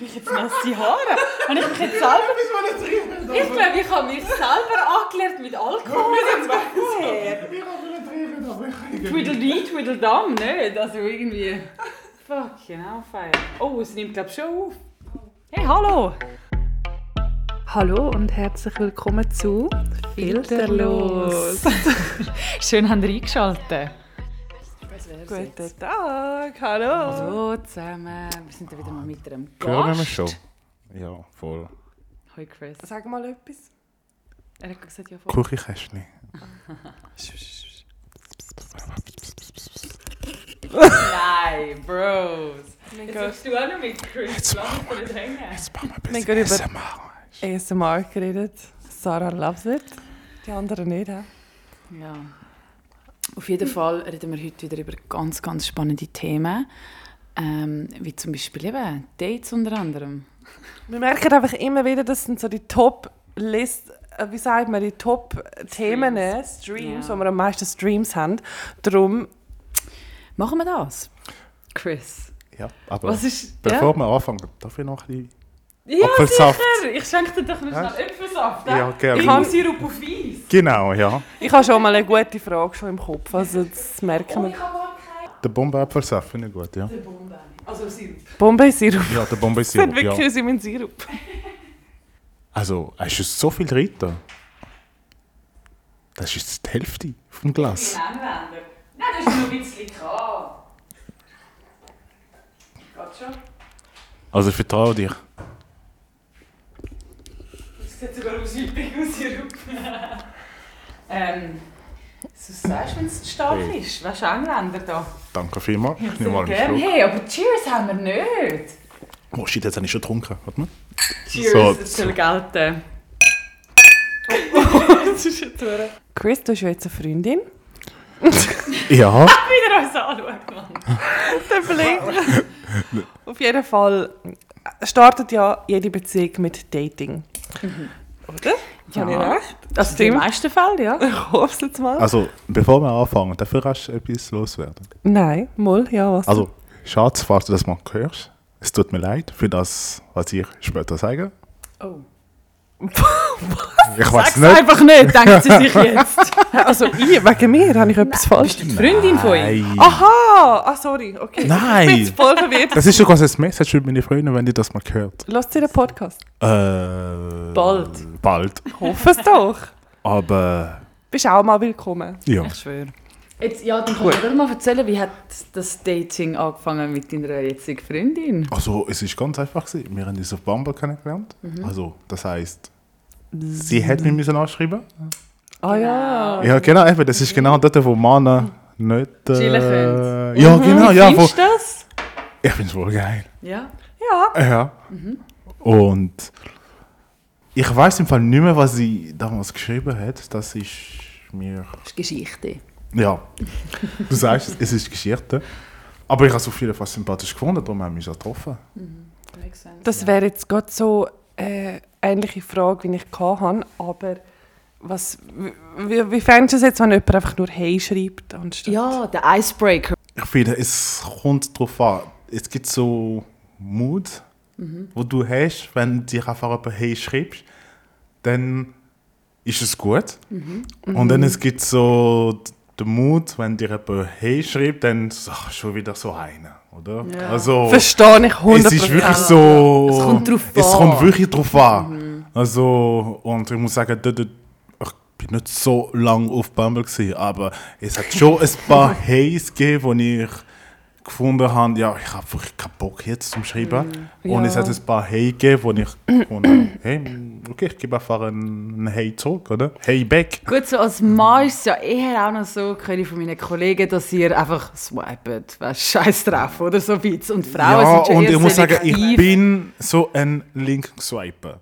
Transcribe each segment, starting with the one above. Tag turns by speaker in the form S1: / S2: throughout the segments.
S1: mich jetzt nasse Haare? Habe ich mich jetzt selber...
S2: Etwas, was nicht riecht.
S3: Ich glaube, ich habe mich selber angelernt mit Alkohol. Woher?
S2: Ich habe nicht riechen, aber ich kann nicht.
S1: Tweedledee, Tweedledum, nicht? Also irgendwie... Fucking hellfire. Oh, es nimmt glaube ich schon auf. Hey, hallo!
S4: Hallo und herzlich willkommen zu Filterlos.
S1: Schön, habt ihr eingeschaltet.
S4: Guten Tag, hallo.
S1: Hallo zusammen. Wir sind wieder mal mit einem Gast.
S2: Hören wir schon. Ja, voll.
S1: Hoi Chris.
S4: Sag mal etwas.
S1: Er hat gesagt, ja voll.
S2: Küchenkästchen.
S3: Nein, Bros.
S4: Wir
S3: Jetzt
S4: gehen,
S3: bist du auch noch mit Chris
S2: Jetzt
S3: Lang verdrängen.
S2: Jetzt machen wir ein
S4: Wir
S2: bisschen
S4: gehen über-
S2: ASMR.
S4: ASMR geredet. Sarah loves it. Die anderen nicht. hä?
S1: Ja. Auf jeden Fall reden wir heute wieder über ganz, ganz spannende Themen. Ähm, wie zum Beispiel eben Dates unter anderem.
S4: Wir merken einfach immer wieder, das sind so die Top-List, äh, wie sagt man, die Top-Themen, Streams,
S1: Ja.
S4: wo wir am meisten Streams haben. Darum,
S1: Machen wir das? Chris.
S2: Ja, aber
S1: Was ist.
S2: bevor wir anfangen, darf ich noch ein bisschen...
S3: Ja,
S2: Apfelsaft.
S3: sicher. Ich schenke dir doch noch
S2: Ja.
S3: schnell Apfelsaft.
S2: Ja,
S3: eh?
S2: gerne.
S3: Ich habe Sirup auf Eis.
S2: Genau, ja.
S4: ich habe schon mal eine gute Frage schon im Kopf, also das merken
S3: Oh,
S4: wir.
S2: Der Bombenapfelsaft finde ich gut, ja.
S3: Also Sirup.
S4: Bombay-Sirup.
S2: Ja, der
S4: Das hat
S2: Bombensirup,
S4: wirklich
S2: ja.
S4: aus in meinen Sirup.
S2: Also, hast du so viel drin? da? Das ist jetzt die Hälfte vom Glas.
S3: Anwender. Nein, das ist nur ein bisschen klar. Geht schon.
S2: Also, ich vertraue dir.
S3: Das sieht sogar aus wie Pickle-Sirup. ähm, sonst sagst du, wenn es stark
S2: Hey.
S3: ist? Wärst du Engländer da?
S2: Danke vielmals. Ich nehme mal einen
S3: Gerne.
S2: Schluck.
S3: Hey, aber Cheers haben wir nicht.
S2: Oh shit, jetzt habe ich schon getrunken. Warte mal.
S3: Cheers,
S2: So.
S3: das soll gelten.
S4: Chris, du hast ja jetzt eine Freundin.
S2: Ja.
S3: Ah, Wieder uns anschauen, Mann.
S4: Der Blick. Auf jeden Fall startet ja jede Beziehung mit Dating. Oder?
S1: Ja.
S4: Habe ich recht?
S1: Also in den meisten Fällen, ja.
S4: Ich hoffe es jetzt mal.
S2: Also, bevor wir anfangen, dafür hast du etwas loswerden.
S4: Nein, mal, ja, was?
S2: Also, Schatz, falls du das mal hörst, es tut mir leid für das, was ich später sage.
S1: Oh.
S2: Ich weiß
S1: Sag's
S2: nicht.
S1: einfach nicht, denkt sie sich jetzt.
S4: also ich, wegen mir habe ich etwas falsch
S1: Die Freundin von ihm. Oh,
S2: Nein.
S4: Aha! Ah, sorry, okay.
S2: Nein.
S4: Ich bin jetzt voll verwirrt.
S2: Das ist sogar ein Message für meine Freunde, wenn ihr das mal hört.
S4: Lasst ihr den Podcast?
S2: Äh,
S1: Bald.
S2: Bald.
S4: Ich hoffe es doch.
S2: Aber,
S4: Bist auch mal willkommen.
S2: ja.
S1: Ich schwöre. Jetzt, ja, dann kannst du mir mal erzählen, wie hat das Dating angefangen mit deiner jetzigen Freundin?
S2: Also, es ist ganz einfach. Gewesen. Wir haben uns auf Bumble kennengelernt.
S1: Mhm.
S2: Also, das heisst, sie hätte mich müssen anschreiben
S4: Ah ja.
S2: Ja, genau. Eben, das ist genau dort, wo Männer nicht... Äh,
S1: Chillen können. Mhm.
S2: Ja, genau. Ja, wo,
S1: Findest du das?
S2: ich finde es wohl geil.
S1: Ja.
S4: Ja.
S2: Ja. Und ich weiß im Fall nicht mehr, was sie damals geschrieben hat. Das ist mir.
S1: Das ist Geschichte.
S2: Ja. Du sagst, es, es ist Geschichte. Aber ich habe es auf jeden Fall sympathisch gefunden, darum haben wir uns ja getroffen.
S4: Das wäre jetzt gerade so äh, ähnliche Frage, wie ich hatte, aber was, wie, wie fändest du es jetzt, wenn jemand einfach nur «Hey» schreibt? Anstatt
S1: Ja, der Icebreaker.
S2: Ich finde, es kommt drauf an. Es gibt so Mut, wo du hast, wenn dich einfach jemand «Hey» schreibst, dann ist es gut. Und dann es gibt so d- den Mut, wenn dir jemand «Hey» schreibt, dann so, ach, schon wieder so einer, oder? Also,
S4: Verstehe ich 100%.
S2: es ist wirklich so...
S1: Ah, Es kommt drauf
S2: es
S1: an. Mhm.
S2: kommt wirklich drauf an. Also, und ich muss sagen, dort, dort, ich bin nicht so lange auf Bumble, gewesen, aber es hat schon ein paar Hays gegeben, wo ich gefunden habe, ja, ich habe wirklich keinen Bock jetzt zum Schreiben.
S1: Mhm.
S2: Und es
S4: Ja.
S2: hat ein paar Hey gegeben, wo ich gefunden habe, hey, okay, ich gebe einfach einen Hey zurück, oder? Hey back.
S1: Gut, so als Mann ist es ja eher auch noch so, kenne ich von meinen Kollegen, dass ihr einfach swipet, weißt scheiß drauf oder so ein bisschen. Und Frauen
S2: ja,
S1: sind schon
S2: und
S1: eher
S2: ich muss sagen,
S1: selektiv.
S2: ich bin so ein Link-Swiper.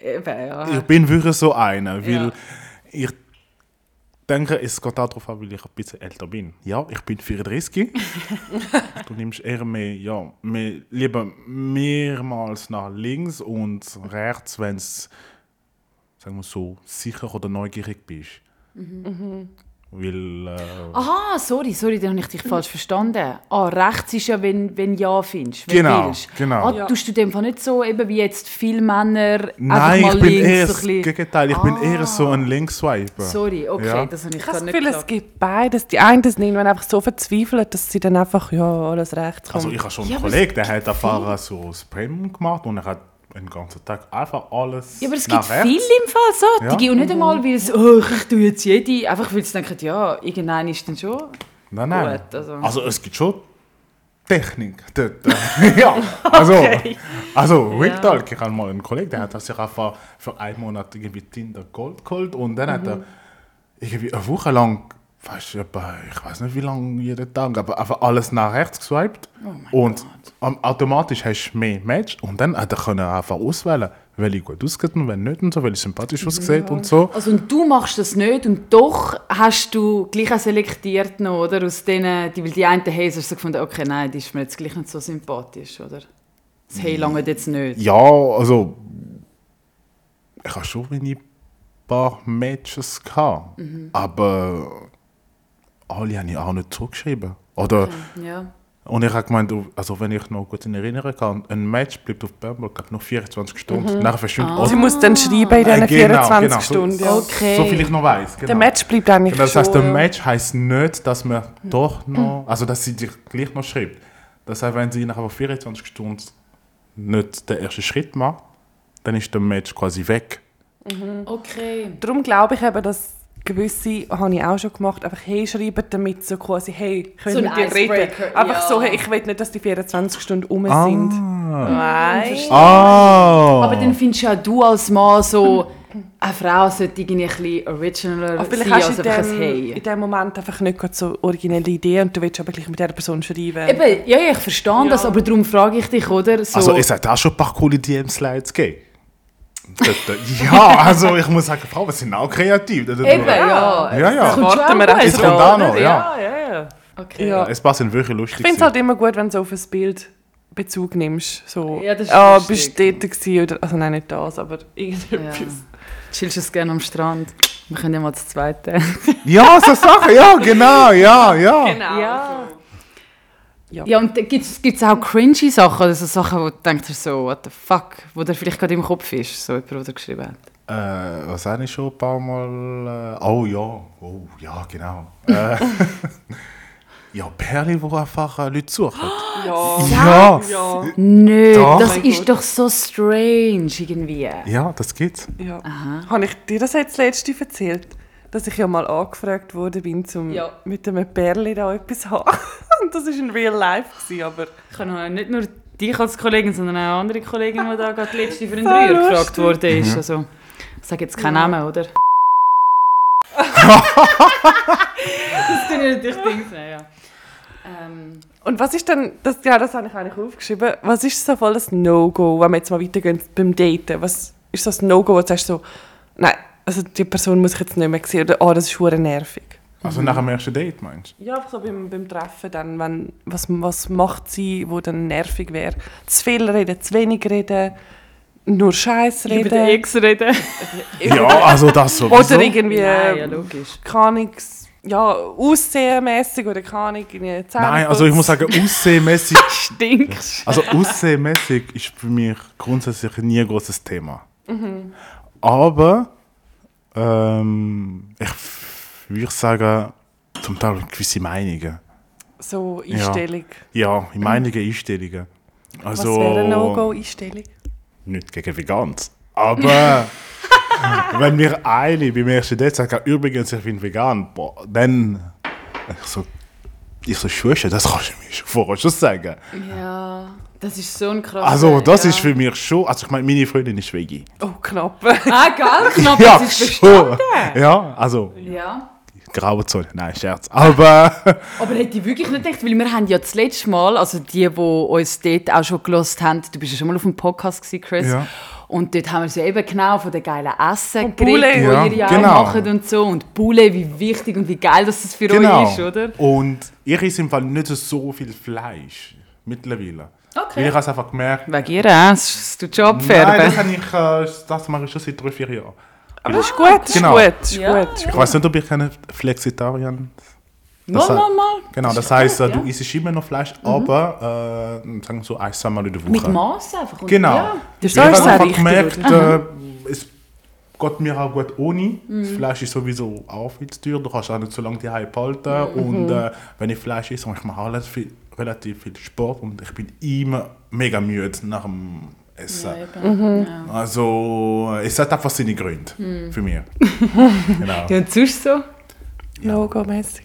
S1: Eben, ja.
S2: Ich bin wirklich so einer, weil
S1: Ja.
S2: ich denke, es geht auch darauf an, weil ich ein bisschen älter bin. Ja, ich bin 34. du nimmst eher mehr, ja, mehr, lieber mehrmals nach links und rechts,
S1: Mhm.
S2: wenn es, sagen wir so, sicher oder neugierig bist. Weil. Äh,
S1: Aha, Ah, sorry, sorry, dann habe ich dich falsch verstanden. Ah, rechts ist ja, wenn, wenn ja findest, wenn
S2: Genau,
S1: willst.
S2: genau.
S1: Ah, tust du dem Fall nicht so, eben wie jetzt viele Männer,
S2: Nein,
S1: einfach mal
S2: ich bin
S1: links
S2: eher
S1: so
S2: das
S1: ein bisschen... Ah.
S2: Gegenteil. Ich bin eher so ein Linkswiper.
S1: Sorry, okay,
S2: Ja.
S1: das habe ich
S4: Ich habe das
S1: gerade nicht
S4: Gefühl, es
S1: gesagt.
S4: gibt beides. Die einen sind irgendwann einfach so verzweifelt, dass sie dann einfach, ja, alles rechts kommt.
S2: Also ich habe schon einen
S1: Ja, aber es
S2: Kollegen, der hat Erfahrung so das Premium gemacht und er hat den ganzen Tag einfach alles
S1: Ja, aber es gibt
S2: nach rechts.
S1: viele im Fall solche
S2: Ja.
S1: und nicht einmal, weil es, oh, ich tue jetzt jede, einfach weil sie denken, ja, irgendeiner ist dann schon...
S2: Nein, nein.
S1: Gut, also-
S2: also. es gibt schon Technik. D- d- ja, also, also Real
S1: Ja.
S2: Talk. Ich habe mal einen Kollegen, der hat sich einfach für einen Monat irgendwie Tinder Gold geholt und dann hat
S1: Mhm.
S2: er irgendwie eine Woche lang, weißt du, etwa, ich weiß nicht wie lange jeden Tag, aber einfach alles nach rechts geswiped
S1: Oh
S2: und am- automatisch hast du mehr Match und dann hat er können einfach auswählen, welche gut aussieht und welche nicht und so, welche sympathisch aussieht und so.
S1: Also und du machst das nicht und doch hast du gleich auch selektiert noch, oder? Aus denen, die, weil die einen haben so gefunden, okay, nein, die ist mir jetzt gleich nicht so sympathisch, oder? Das «Hey» lange jetzt nicht.
S2: Ja, also ich habe schon meine paar Matches gehabt, aber alle habe ich auch nicht zurückgeschrieben. Oder,
S1: Ja.
S2: Und ich habe gemeint, also wenn ich noch gut in Erinnerung kann, ein Match bleibt auf Bumble glaub, noch 24 Stunden, nachher verschwindet
S4: Sie
S2: alles.
S4: muss dann schreiben in diesen
S2: Äh, genau,
S4: 24
S2: genau.
S4: Stunden. Ja.
S1: So- Okay.
S2: So viel ich noch weiß. Genau.
S4: Der Match bleibt eigentlich
S2: Das heißt,
S4: schon.
S2: der Match heißt nicht, dass man doch noch, also dass sie dich gleich noch schreibt. Das heißt, wenn sie nach 24 Stunden nicht den ersten Schritt macht, dann ist der Match quasi weg.
S1: Okay.
S4: Darum glaube ich eben, dass gewisse, habe ich auch schon gemacht, einfach hey schreiben, damit so quasi, hey, ich will
S1: So ein
S4: mit dir reden.
S1: Icebreaker,
S4: Einfach
S1: ja.
S4: so, hey, ich will nicht, dass die 24 Stunden um
S2: Ah.
S4: sind. Nein.
S2: Ah.
S1: Aber dann findest du auch du als Mann so, eine Frau sollte irgendwie ein bisschen originaler
S4: Aber vielleicht
S1: sein
S4: hast
S1: als
S4: du in
S1: also einfach ein
S4: dem,
S1: «Hey».
S4: in dem Moment einfach nicht gerade so originelle Idee und du willst aber gleich mit dieser Person schreiben.
S1: Eben, ja, ja, ich verstehe das, aber darum frage ich dich, oder? So,
S2: Also, es hat auch schon ein paar coole DMs-Slides gegeben. Dort, äh, ja, also ich muss sagen, Frauen sind auch kreativ. Da- da- da-
S1: eben,
S2: Ja,
S1: ja.
S2: ja.
S1: Das kommt schon
S4: Warten wir
S1: auch gut,
S4: einfach
S2: Es kommt
S1: oder?
S2: auch noch, ja.
S4: ja, ja.
S1: Okay.
S4: Ja.
S2: Es passt in wirklich lustig.
S4: Ich finde es
S2: sein.
S4: halt immer gut, wenn du so auf ein Bild Bezug nimmst. So,
S1: Ja, das ist
S4: ah,
S1: lustig.
S4: bist du dort gewesen oder, also nein, nicht das, aber irgendetwas.
S1: Ja. Chillst du es gerne am Strand? Wir können ja mal das Zweite.
S2: ja, so Sachen, ja, genau, ja, ja.
S4: Genau.
S1: Ja. Ja, und gibt es auch cringy Sachen, also Sachen, wo du denkst so, what the fuck, wo dir vielleicht gerade im Kopf ist, so jemand, der geschrieben hat.
S2: Äh, was habe ich schon ein paar Mal. Äh, oh ja, oh ja, genau. Äh, ja, Perle, wo einfach äh, Leute suchen.
S4: Ja.
S2: ja.
S4: Oh, Ja.
S1: Nö,
S2: Doch.
S1: das
S4: Mein
S1: ist
S4: Gott.
S1: doch so strange irgendwie.
S2: ja, das gibt's.
S4: Ja. Habe ich dir das jetzt letzte erzählt, dass ich ja mal angefragt wurde bin, zum
S1: Ja.
S4: mit einem Perli da etwas zu haben. Und das war in real life, gewesen, aber
S1: Ich habe nicht nur dich als Kollegin, sondern auch eine andere Kollegin, die da gerade letzte für einen
S4: So
S1: Dreier
S4: lustig.
S1: gefragt worden ist.
S2: Mhm.
S1: Also, ich sage jetzt keinen Namen, oder? das tun wir natürlich Dings nehmen, ja. Ähm,
S4: Und was ist denn, das, ja, das habe ich eigentlich aufgeschrieben, was ist so voll ein No-Go, wenn wir jetzt mal weitergehen beim Daten? Was ist so ein No-Go, wo du sagst so, nein, also die Person muss ich jetzt nicht mehr sehen oder oh, das ist hure nervig? Mhm.
S2: Also nach dem ersten Date meinst
S4: Ja, einfach so beim, beim Treffen dann, wenn, was, was macht sie, wo dann nervig wäre? Zu viel reden, zu wenig reden, nur Scheiß reden.
S1: über den Ex reden.
S2: du? Ja, also das sowieso.
S4: Oder irgendwie,
S1: Nein, ja,
S4: ähm,
S1: logisch.
S4: keine Ahnung, s- ja, aussehenmässig oder keine Ahnung, irgendwie
S2: Nein, also ich muss sagen, aussehmäßig.
S1: Stinkst.
S2: Also aussehmäßig ist für mich grundsätzlich nie ein großes Thema.
S4: Mhm.
S2: Aber ähm, ich f- würde sagen, zum Teil gewisse Meinungen.
S4: So Einstellung.
S2: Ja, Meinungen, Einstellungen. Also,
S4: Was wäre eine No-Go-Einstellung?
S2: Nicht gegen Vegans. Aber wenn mir eine beim ersten Date sagt, übrigens, ich bin vegan, boah, dann. Ich so, ich so schwöre, das kannst du mir schon vorher schon sagen.
S1: Ja, das ist so ein krasser...
S2: Also, das
S1: ja.
S2: ist für mich schon. Also, ich meine, meine Freundin ist Veggie.
S4: Oh, knapp.
S1: Ah, gell? Knapp,
S2: ja,
S1: das ist
S2: schon. Ja, also,
S1: Ja.
S2: graue Zone. Nein, Scherz. Aber
S1: Aber hätte ich wirklich nicht gedacht, weil wir haben ja das letzte Mal, also die, die uns dort auch schon gelost haben, du bist ja schon mal auf dem Podcast gewesen, Chris,
S2: Ja.
S1: und dort haben wir so eben genau von den geilen Essen
S4: Und Poulet.
S1: wo
S2: Ja,
S1: ihr ja
S2: genau.
S1: auch macht und so, und Poulet, wie wichtig und wie geil dass das für
S2: Genau.
S1: euch ist, oder?
S2: Und ich esse im Fall nicht so viel Fleisch mittlerweile. Weil ich habe es einfach gemerkt.
S1: Wegen ihr, äh, es es tut schon
S2: Nein,
S1: abfärben.
S2: das, habe ich, äh, das mache ich schon seit drei, vier Jahren.
S4: Aber das ist gut, das ist
S2: Genau.
S4: gut, das ist
S3: Ja.
S4: gut.
S1: Ah.
S2: Ich weiß nicht, ob ich eine Flexitarian Das
S1: Mal,
S2: hat-
S1: mal, mal.
S2: Genau, das
S1: ist doch
S2: heißt,
S1: gut,
S2: äh, du
S1: ja. Mhm.
S2: isst immer noch Fleisch, aber äh, sagen wir so ein, zweimal in der Woche.
S1: Mit Maß einfach. Und-
S2: Genau.
S1: Ja.
S4: Das
S2: ich habe
S4: ist auch
S2: einfach
S4: richtig,
S2: gemerkt,
S4: oder?
S2: äh, es geht mir auch gut ohne. Das Fleisch ist sowieso auch viel zu teuer, du kannst auch nicht so lange die Hype halten. Und äh, wenn ich Fleisch esse, ich mache alles viel, relativ viel Sport und ich bin immer mega müde nach dem Essen.
S1: Mhm.
S2: Also, äh, es hat einfach seine Gründe für mich. genau.
S1: Ja, und sonst so?
S4: No-go-mäßig.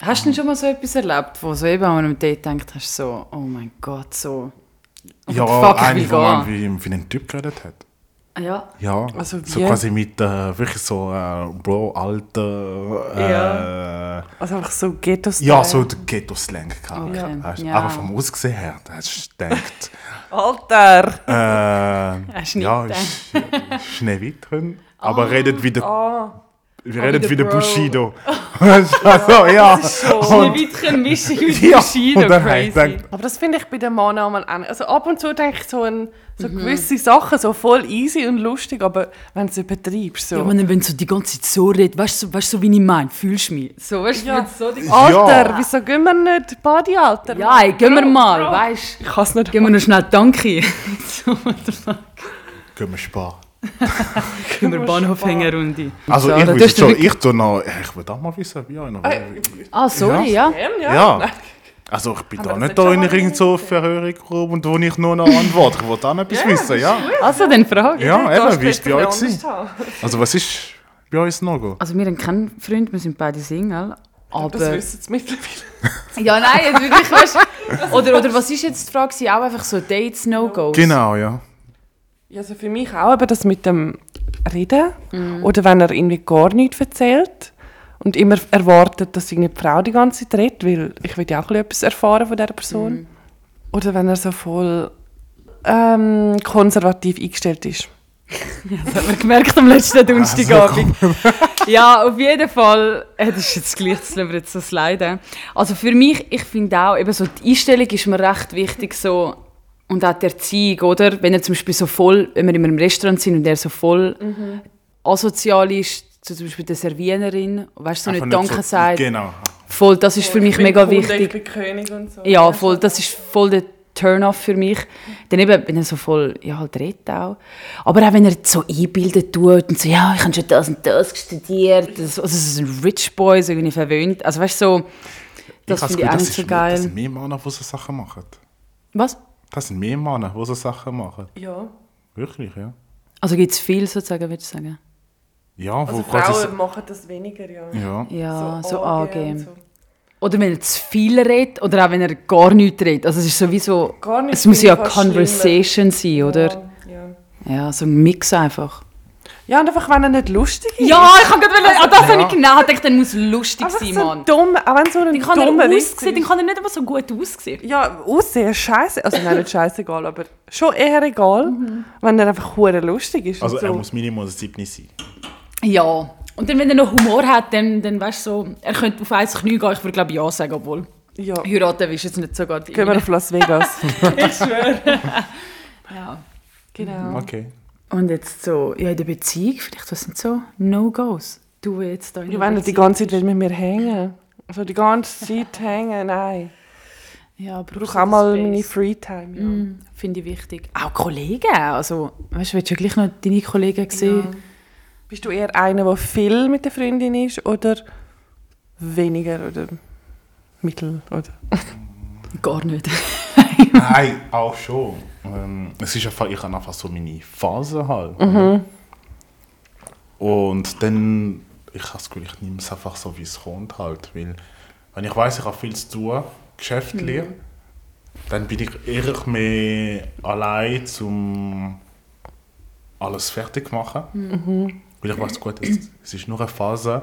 S1: Hast du denn schon mal so etwas erlebt, wo so eben an einem Date gedacht hast, so, oh mein Gott, so. oh
S2: Ja,
S1: fuck, ich
S2: einer,
S1: will
S2: der mal
S1: gehen.
S2: wie, wie ein Typ geredet hat.
S1: Ah, Ja.
S2: Ja,
S4: Also
S2: so
S4: wie?
S2: quasi mit äh, wirklich so äh, Bro, Alter. Äh, ja.
S4: Also einfach so Ghetto-Style.
S2: ja, so der Ghetto-Slang. gehabt.
S1: Okay.
S2: Weißt du,
S1: Ja.
S2: Aber vom Ausgesehen her, da hast du gedacht.
S4: Alter!
S2: äh,
S1: Hast du nicht
S2: ja,
S1: gedacht.
S2: ist, ist nicht weit drin. Aber redet wie der,
S4: Oh,
S2: redet
S1: der
S2: wie der
S1: Bro.
S2: Bushido. also, ja.
S1: Eine weitere Mischung mit
S2: ja.
S1: Bushido,
S2: und dann habe ich
S1: crazy.
S2: gedacht,
S4: aber das finde ich bei den Mannamen auch. nicht. Also ab und zu denke ich so, an so gewisse Sachen, so voll easy und lustig, aber wenn du es übertreibst, so...
S1: Ja, wenn wenn so die ganze Zeit so redet, weißt du, so- weißt du, so, wie ich meine, fühlst du mich? So, weißt du,
S4: Ja.
S1: wenn so die...
S4: Alter, wieso gehen wir nicht Party, Alter?
S1: Ja, ey, gehen wir mal, weißt du.
S4: Ich kann es nicht.
S1: Gehen wir noch schnell Danke. so, what the fuck.
S2: gehen wir sparen.
S1: Gehen wir Bahnhof hängen runter.
S2: Also,
S1: So,
S2: ich
S1: dann
S2: würde
S1: tust du
S2: schon,
S1: wirklich-
S2: ich tu noch, ich würde auch mal wissen, wie einer.
S1: Ah, sorry, ja.
S4: Ja,
S2: Ja. Also ich bin
S4: Aber
S2: da
S4: das
S2: nicht
S4: hat
S2: da
S4: schon
S2: in
S4: mal
S2: irgend so Verhörung rum und wo ich nur noch antworte. Ich wollte auch noch etwas wissen, ja?
S1: Also, dann frage.
S2: Ja,
S4: Da
S2: eben, wie ist
S4: spricht
S2: bei
S4: man
S2: euch
S4: anders
S2: gewesen?
S4: an.
S2: Also was ist bei euch das No-Go?
S1: Also, wir haben keinen Freund, wir sind beide Single. Aber...
S4: Das wissen sie mittlerweile.
S1: Ja, nein, jetzt wirklich, weißt du. Oder, oder was ist jetzt die Frage? gewesen? Auch einfach so Dates, No-Gos.
S2: Genau, ja.
S4: Ja, also für mich auch eben das mit dem Reden.
S1: Mhm.
S4: Oder wenn er irgendwie gar nichts erzählt und immer erwartet, dass irgendwie die Frau die ganze Zeit redet, weil ich will ja auch ein bisschen etwas erfahren von dieser Person.
S1: Mhm.
S4: Oder wenn er so voll ähm, konservativ eingestellt ist.
S1: Das haben wir gemerkt am
S2: Ah,
S1: letzten Donnerstagabend. ja, auf jeden Fall. äh, Das ist jetzt gleich, das lassen wir jetzt so sliden. Also für mich, ich finde auch, eben so die Einstellung ist mir recht wichtig, so und auch die Erziehung, oder? Wenn er zum Beispiel so voll, wenn wir in einem Restaurant sind und er so voll
S2: Mhm.
S1: asozial ist, so zum Beispiel der Serviererin, weißt du, so
S2: Einfach
S1: nicht Danke
S2: so-
S1: sagt,
S2: Genau.
S1: voll, das ist für mich mega wichtig.
S4: Ich bin König und so.
S1: Ja, voll, das ist voll der Turn-off für mich. Dann eben, wenn er so voll, ja, halt redet auch. Aber auch wenn er so einbildet tut und so, ja, ich habe schon das und das studiert. Das, also, es ist ein Rich Boy, so irgendwie verwöhnt. Also, weißt du, so, das
S2: hab's
S1: finde
S2: Gefühl,
S1: ich auch
S2: das
S1: nicht so
S2: ist mehr- Das
S1: geil.
S2: sind mehr Männer, die so Sachen machen.
S1: Was?
S2: Das sind mehr Männer, die so Sachen machen.
S4: Ja.
S2: Wirklich, ja.
S1: Also, gibt es viel sozusagen, würdest du sagen?
S2: Ja, wo
S4: Also
S2: quasi...
S4: Frauen machen das weniger, ja.
S2: Ja.
S1: Ja, so,
S4: AG
S1: angeben.
S4: und so.
S1: Oder wenn er zu viel redet oder auch wenn er gar nichts redet. Also, es ist sowieso,
S4: Gar nichts
S1: es muss ja
S4: finde
S1: eine
S4: ich fast
S1: Conversation sein, oder?
S4: Ja, ja.
S1: Ja, so ein Mix einfach.
S4: ja, und einfach, wenn er nicht lustig ist.
S1: Ja, ich habe gerade, an das habe ich genau gedacht, dann muss lustig
S4: Einfach
S1: sein,
S4: so
S1: Mann.
S4: ein dumm, auch wenn so ein
S1: Dann kann
S4: dummer
S1: er
S4: Witz
S1: aussehen,
S4: ist.
S1: dann kann er nicht immer so gut aussehen.
S4: Ja, aussehen scheiße. Also nein, nicht scheißegal, aber schon eher egal, wenn er einfach hure lustig ist.
S2: Also
S4: und so.
S2: er muss minimal 7 sein.
S1: Ja. Und dann, wenn er noch Humor hat, dann, dann weißt du so, er könnte auf eins Knie gehen, ich würde glaube ich ja sagen, obwohl
S4: Ja, gehen
S1: heiraten ist jetzt nicht so gut.
S4: wir auf Las Vegas.
S1: Ja.
S4: genau.
S2: Okay.
S1: Und jetzt so, ja in der Beziehung vielleicht, was sind so No-Gos? Du jetzt da in
S4: Ja,
S1: der
S4: wenn er die
S1: Beziehung
S4: ganze Zeit
S1: bist.
S4: will mit mir hängen Also die ganze Zeit hängen, nein.
S1: Ja,
S4: Ich
S1: brauchst
S4: brauche auch mal meine Freetime.
S1: Mhm.
S4: Ja.
S1: Finde ich wichtig. Auch Kollegen, also, weißt du, willst du ja gleich noch deine Kollegen sehen?
S4: Bist du eher einer, der viel mit der Freundin ist oder weniger oder mittel? Oder?
S1: Gar nicht.
S2: Nein, auch schon. Ähm, es ist einfach, ich habe einfach so meine Phase halt. Und dann, ich habe das Gefühl, ich nehme es einfach so, wie es kommt halt. Weil, wenn ich weiß, ich habe viel zu tun, geschäftlich, dann bin ich eher mehr allein, um alles fertig zu machen. Weil ich weiß, gut, es, es ist nur eine Phase,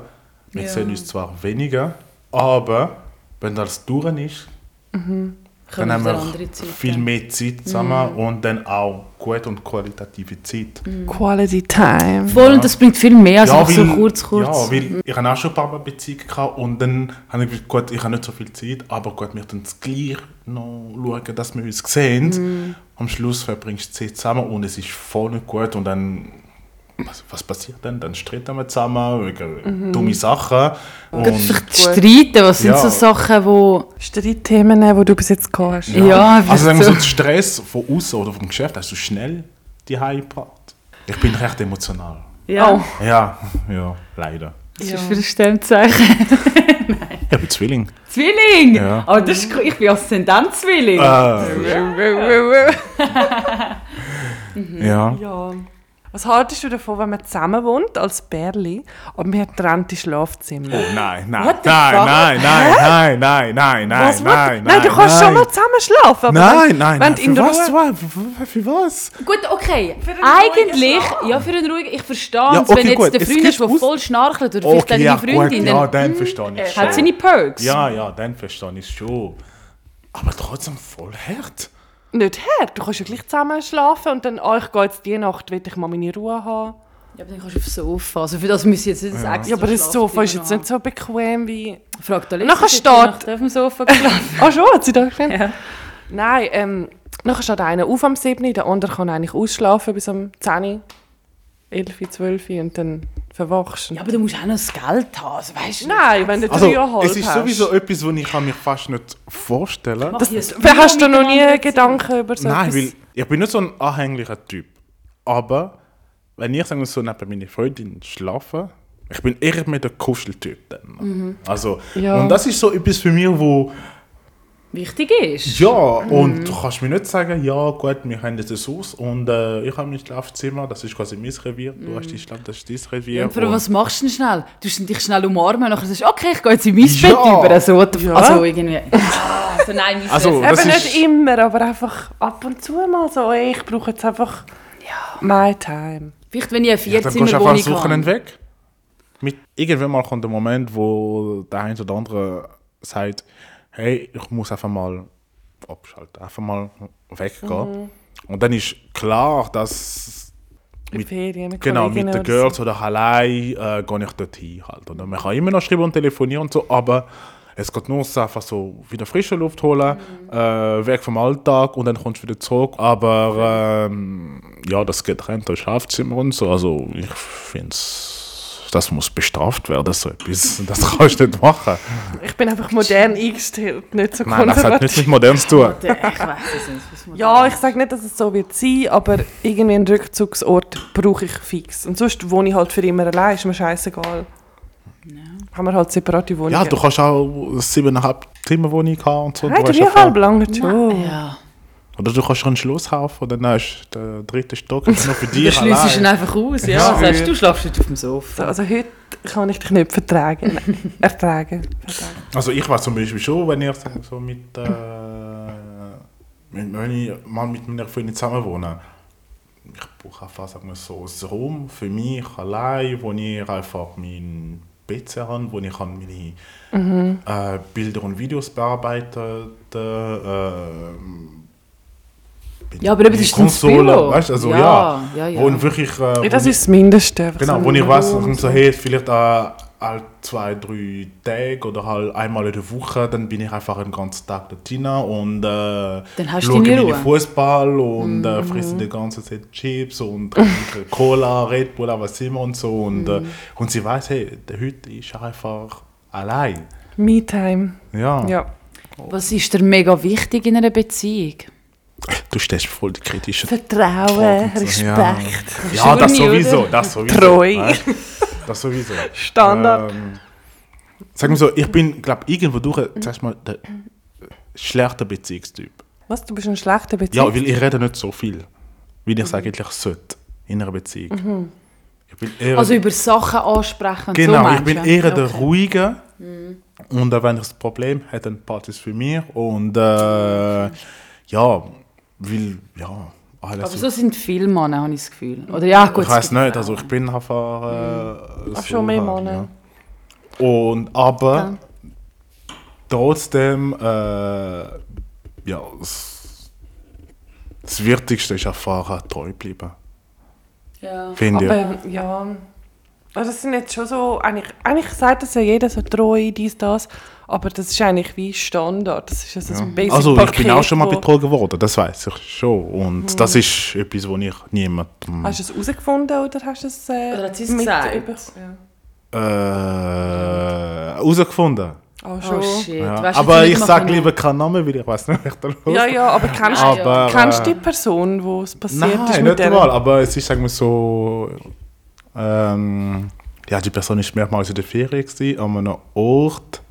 S2: wir sehen uns zwar weniger, aber wenn das durch ist, dann
S1: Kommen
S2: haben
S1: wieder
S2: wir
S1: andere Zeiten. Mhm.
S2: viel mehr Zeit zusammen und dann auch gut und qualitative Zeit.
S4: Quality Time.
S1: Voll, und das bringt viel mehr als einfach Mhm. Also so kurz, kurz. Mhm.
S2: Ja, weil ich habe auch schon ein paar Mal Beziehungen gehabt und dann habe ich gedacht, gut, ich habe nicht so viel Zeit, aber gut, wir tun es gleich noch schauen, dass wir
S1: Mhm.
S2: uns sehen. Am Schluss verbringst du Zeit zusammen und es ist voll nicht gut und dann was, was passiert denn? Dann streiten wir zusammen wegen
S1: Mhm.
S2: dumme Sachen.
S1: Gerade
S2: Und,
S1: sich zu streiten, was sind
S2: Ja.
S1: so Sachen, wo...
S4: Streitthemen, die du bis jetzt gehabt hast.
S1: Ja,
S2: also sagen wir so,
S1: so.
S2: den Stress von außen oder vom Geschäft hast du schnell die gebracht. Ich bin recht emotional.
S1: Ja,
S4: Oh.
S2: Ja, ja, leider.
S1: das ist für ein Sternzeichen.
S2: Ich bin Zwilling.
S1: Zwilling!
S2: Ja.
S1: Oh, das ist, cool. ich bin Aszendent-Zwilling.
S2: Äh, ja.
S4: Ja. Was haltest du davon, wenn man zusammen wohnt als Bärli, aber wir haben getrennte Schlafzimmer?
S2: Oh nein, nein, nein,
S4: What the fuck?
S2: nein, nein, nein, nein, nein, nein,
S4: was, what?
S2: nein,
S4: nein, du kannst
S2: nein.
S4: schon mal zusammen schlafen. Aber
S2: Nein,
S4: wenn,
S2: nein,
S4: wenn
S2: nein.
S4: du in
S2: Für
S4: der
S2: was?
S4: Ruhe...
S2: Für- Für was?
S1: Gut, okay.
S4: einen
S1: Eigentlich,
S4: ruhigen Schlaf.
S1: ja, für einen ruhigen, ich verstehe
S2: Ja,
S1: es,
S2: okay,
S1: wenn jetzt
S2: gut,
S1: der
S2: es
S1: Freund
S2: gibt
S1: ist, der
S2: aus-
S1: voll schnarchelt oder vielleicht
S2: Okay,
S1: deine
S2: ja, gut,
S1: Freundin,
S2: ja,
S1: dann
S2: dann verstehe
S4: Hm?
S2: ich
S1: hat
S2: schon.
S1: seine Perks.
S2: Ja, ja, dann verstehe ich schon. Aber trotzdem voll hart.
S4: Nicht her, du kannst ja gleich zusammen schlafen und dann, oh, ich gehe jetzt die Nacht, will ich mal meine Ruhe haben.
S1: Ja, aber dann kannst du aufs Sofa. Also für das müssen jetzt nicht das extra
S4: Ja, aber das Sofa ist jetzt
S1: Schlafzimmer
S4: nicht so bequem wie...
S1: haben. Fragt Alessia,
S4: Nachher
S1: sie hat
S4: steht-
S1: die Nacht auf dem Sofa geschlafen.
S4: Ah schon, hat sie da gesehen?
S1: Ja.
S4: Nein, ähm, nachher steht einer auf am 7., der andere kann eigentlich ausschlafen bis um 10, 11, 12 und dann verwachst du.
S1: Ja, aber du musst auch noch das Geld haben, also weißt du?
S4: Nein, wenn du
S2: Also,
S4: drei Jahre
S2: es
S4: alt
S2: ist
S4: hast.
S2: sowieso etwas, was ich kann mir fast nicht vorstellen
S1: Mach
S4: Das,
S1: hier ein
S4: wer hast du
S1: Duo
S4: noch nie
S1: miteinander
S4: Gedanken über so
S2: Nein,
S4: etwas?
S2: weil ich bin nicht so ein anhänglicher Typ. Aber wenn ich sagen wir so neben meiner Freundin schlafe, ich bin eher mehr der Kuscheltyp dann. Also,
S4: Mhm. Ja.
S2: und das ist so etwas für mich, wo
S1: ziehen. Wichtig ist.
S2: ja, und
S4: Mhm.
S2: du kannst mir nicht sagen, ja gut, wir haben jetzt ein Haus und äh, ich habe mein Schlafzimmer, das ist quasi mein Revier,
S4: Mhm.
S2: du hast dein Schlaf, das ist dein Revier.
S1: Und vor
S2: und-
S1: allem, was machst du denn schnell? Du musst dich schnell umarmen und nachher sagst du, okay, ich gehe jetzt in mein
S2: Ja.
S1: Bett über. Also, what the-
S4: Ja.
S1: also irgendwie. Also nein, mein
S2: Also,
S1: Bett.
S2: das
S4: Eben
S2: ist-
S4: nicht immer, aber einfach ab und zu mal so, ey, ich brauche jetzt einfach my time.
S1: Vielleicht, wenn ich eine
S2: ja, dann gehst du
S1: Vierzimmerwohnung
S2: einfach
S1: ja,
S2: das Wochenende
S1: habe.
S2: weg. Mit, irgendwann mal kommt der Moment, wo der eine oder andere sagt, hey, ich muss einfach mal abschalten, einfach mal weggehen. Und dann ist klar, dass
S4: In
S2: Mit-
S4: Ferien, mit
S2: genau, mit
S4: Kolleginnen
S2: den
S4: oder so.
S2: Girls oder allein äh, gehe ich dorthin. Halt. Und dann, man kann immer noch schreiben und telefonieren und so, aber es geht nur so einfach so wieder frische Luft holen,
S4: Mhm.
S2: äh, weg vom Alltag und dann kommst du wieder zurück. Aber ähm, ja, das getrennte Schlafzimmer und so, also ich finde Das muss bestraft werden, so etwas. Das kannst du nicht machen.
S4: Ich bin einfach modern eingestellt, nicht so
S2: Nein, das hat nichts
S4: konservativ.
S2: mit modern zu tun.
S1: Ich weiß es nicht. was man
S4: Ja, ich sage nicht, dass es so wird sein, aber irgendwie einen Rückzugsort brauche ich fix. Und sonst wohne ich halt für immer allein, ist mir scheißegal. Haben wir halt separate Wohnungen.
S2: Ja, du kannst auch siebeneinhalb Zimmerwohnung haben und so.
S4: Nein,
S2: weißt
S4: drei
S2: einfach-
S4: halb lang nicht schon.
S1: Ja.
S2: Oder du kannst schon ein Schloss kaufen und dann hast du den dritten Stock nur für
S1: Du
S2: dich
S1: schliessest ihn
S2: allein.
S1: einfach aus. Ja,
S2: Ja.
S1: sagst du, schlafst nicht auf dem Sofa.
S4: So, also heute kann ich dich nicht vertragen. Nein, ertragen.
S2: Also ich war zum Beispiel schon, wenn ich sag, so mit, äh, mit wenn ich mal mit meiner Freundin zusammen wohne, ich brauche einfach sagen wir so ein Raum für mich allein, wo ich einfach mein PC habe, wo ich kann meine
S1: Mhm.
S2: äh, Bilder und Videos bearbeiten, äh,
S1: Ja, aber eben, das
S2: die
S1: ist ein Büro.
S2: weißt du, also ja,
S1: Ja, ja, ja.
S2: wo ich wirklich äh, wo
S4: Ja, das
S2: ich-
S4: ist das Mindeste. einfach
S2: Genau,
S4: so
S2: wo
S4: ein
S2: ich weiß,
S4: Raum.
S2: dass ich so, hey, vielleicht äh, alle zwei, drei Tage oder halt einmal in der Woche, dann bin ich einfach den ganzen Tag dort drin und äh,
S1: Dann hast du
S2: schaue
S1: deine
S2: meine
S1: Ruhe. Mhm.
S2: Fußball und äh, fresse die ganze Zeit Chips und trinke Cola, Red Bull, was immer und so. Und, äh,
S1: Mhm.
S2: und sie weiß, hey, der heute ist einfach allein.
S4: Me-Time.
S2: Ja.
S4: Ja.
S1: Was ist dir mega wichtig in einer Beziehung?
S2: Du stellst voll die kritische
S4: Vertrauen,
S2: Fragen und so,
S4: Äh, Respekt.
S2: Ja, ja das
S1: Schöne,
S2: sowieso, das sowieso.
S4: Treu.
S2: weißt? Das sowieso.
S4: Standard.
S2: Ähm, sag mal so, ich bin, glaube irgendwo durch, sag mal, der schlechte Beziehungstyp.
S4: Was, du bist ein schlechter
S2: Ja,
S4: Beziehung?
S2: weil ich rede nicht so viel, wie ich es eigentlich sollte in einer Beziehung. Ich bin eher,
S1: Also über Sachen ansprechen. so
S2: genau, ich
S1: meinst
S2: bin
S1: du?
S2: eher der
S1: Okay.
S2: Ruhige. Und äh, wenn ich ein Problem hätte, dann passt es für mich. Und äh, ja, weil, ja, alles
S1: Aber so sind viele Männer, habe ich das Gefühl. Oder ja, gut.
S2: ich
S1: es
S2: weiß
S1: gibt
S2: nicht,
S1: auch.
S2: also ich bin einfach. Äh,
S4: Ach, schon mehr Männer.
S2: ja. Und aber
S1: Ja.
S2: trotzdem, äh, ja, es, das Wichtigste ist einfach treu bleiben,
S1: Ja.
S2: finde ich.
S4: Aber ähm, ja, Also das sind jetzt schon so, eigentlich, eigentlich sagt das ja jeder so treu, dies, das, aber das ist eigentlich wie Standard, das ist also so ein basic
S2: Also ich bin
S4: Paket,
S2: auch schon mal
S4: wo- Mhm.
S2: betrogen worden, das weiß ich schon. Und das ist etwas, wo ich niemandem...
S4: Hast du es herausgefunden oder hast du es äh,
S1: Oder hat sie es gesagt?
S4: mitbekommen?
S2: Äh,
S4: Ja.
S2: herausgefunden.
S4: Ah, schon.
S1: Oh shit.
S2: Ja.
S1: Weißt du,
S2: Aber
S1: jetzt
S2: ich
S1: machen
S2: sage
S1: wir-
S2: lieber keinen Namen, weil ich weiß nicht, wer da los
S4: ja, ja, aber kennst,
S1: Ah,
S2: Aber,
S4: kennst du
S2: äh,
S4: die Person, wo es passiert ist?
S2: Nein,
S4: mit
S2: nicht
S4: der-
S2: mal, aber es ist, sagen wir so, ähm, ja, die Person ist mehrmals in der Ferien gewesen, an einem Ort,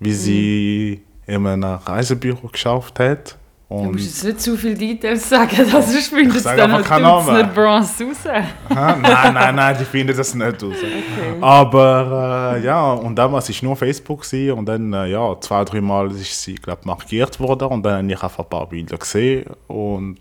S2: wie sie in einem Reisebüro geschafft hat.
S1: Du
S2: Und,
S1: musst jetzt nicht zu viele Details sagen, das ist
S2: Ich
S1: findest du
S2: sag
S1: dann
S2: einfach keinen
S1: tut's
S2: Namen.
S1: nicht Bronze raus.
S2: Hä? nein, nein, nein, die finden das nicht raus. Aber äh, ja, und damals war nur Facebook gewesen, und dann, äh, ja, zwei, drei Mal ist sie, glaube ich, markiert worden und dann habe ich einfach ein paar Bilder gesehen und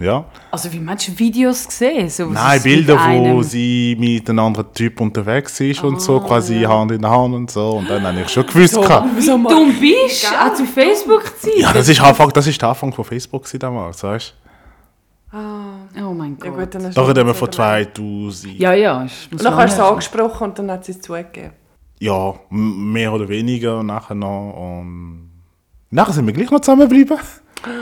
S2: ja.
S1: Also wie meinst du Videos gesehen? So, was
S2: Nein,
S1: es mit
S2: Bilder, wo
S1: einem-
S2: sie mit einem anderen Typ unterwegs ist und so, quasi Hand in Hand und Ah. so. Und dann habe ich schon gewusst. gehabt.
S4: Wieso
S1: Wie
S4: mal-
S1: dumm bist Oh, du? Auch zu Facebook-Zeiten?
S2: Ja, das ist, Anfang, das ist der Anfang von Facebook gewesen damals, weißt du?
S1: Oh mein
S4: Ja,
S1: Gott.
S4: gut, dann hast
S2: Da
S4: du-
S2: reden wir von 2000. Ja,
S1: Ja, ja. ist- muss
S4: Dann
S1: man-
S4: hast du es angesprochen und dann hat sie es zugegeben.
S2: m- mehr oder weniger und nachher noch. Und nachher sind wir gleich noch zusammengeblieben.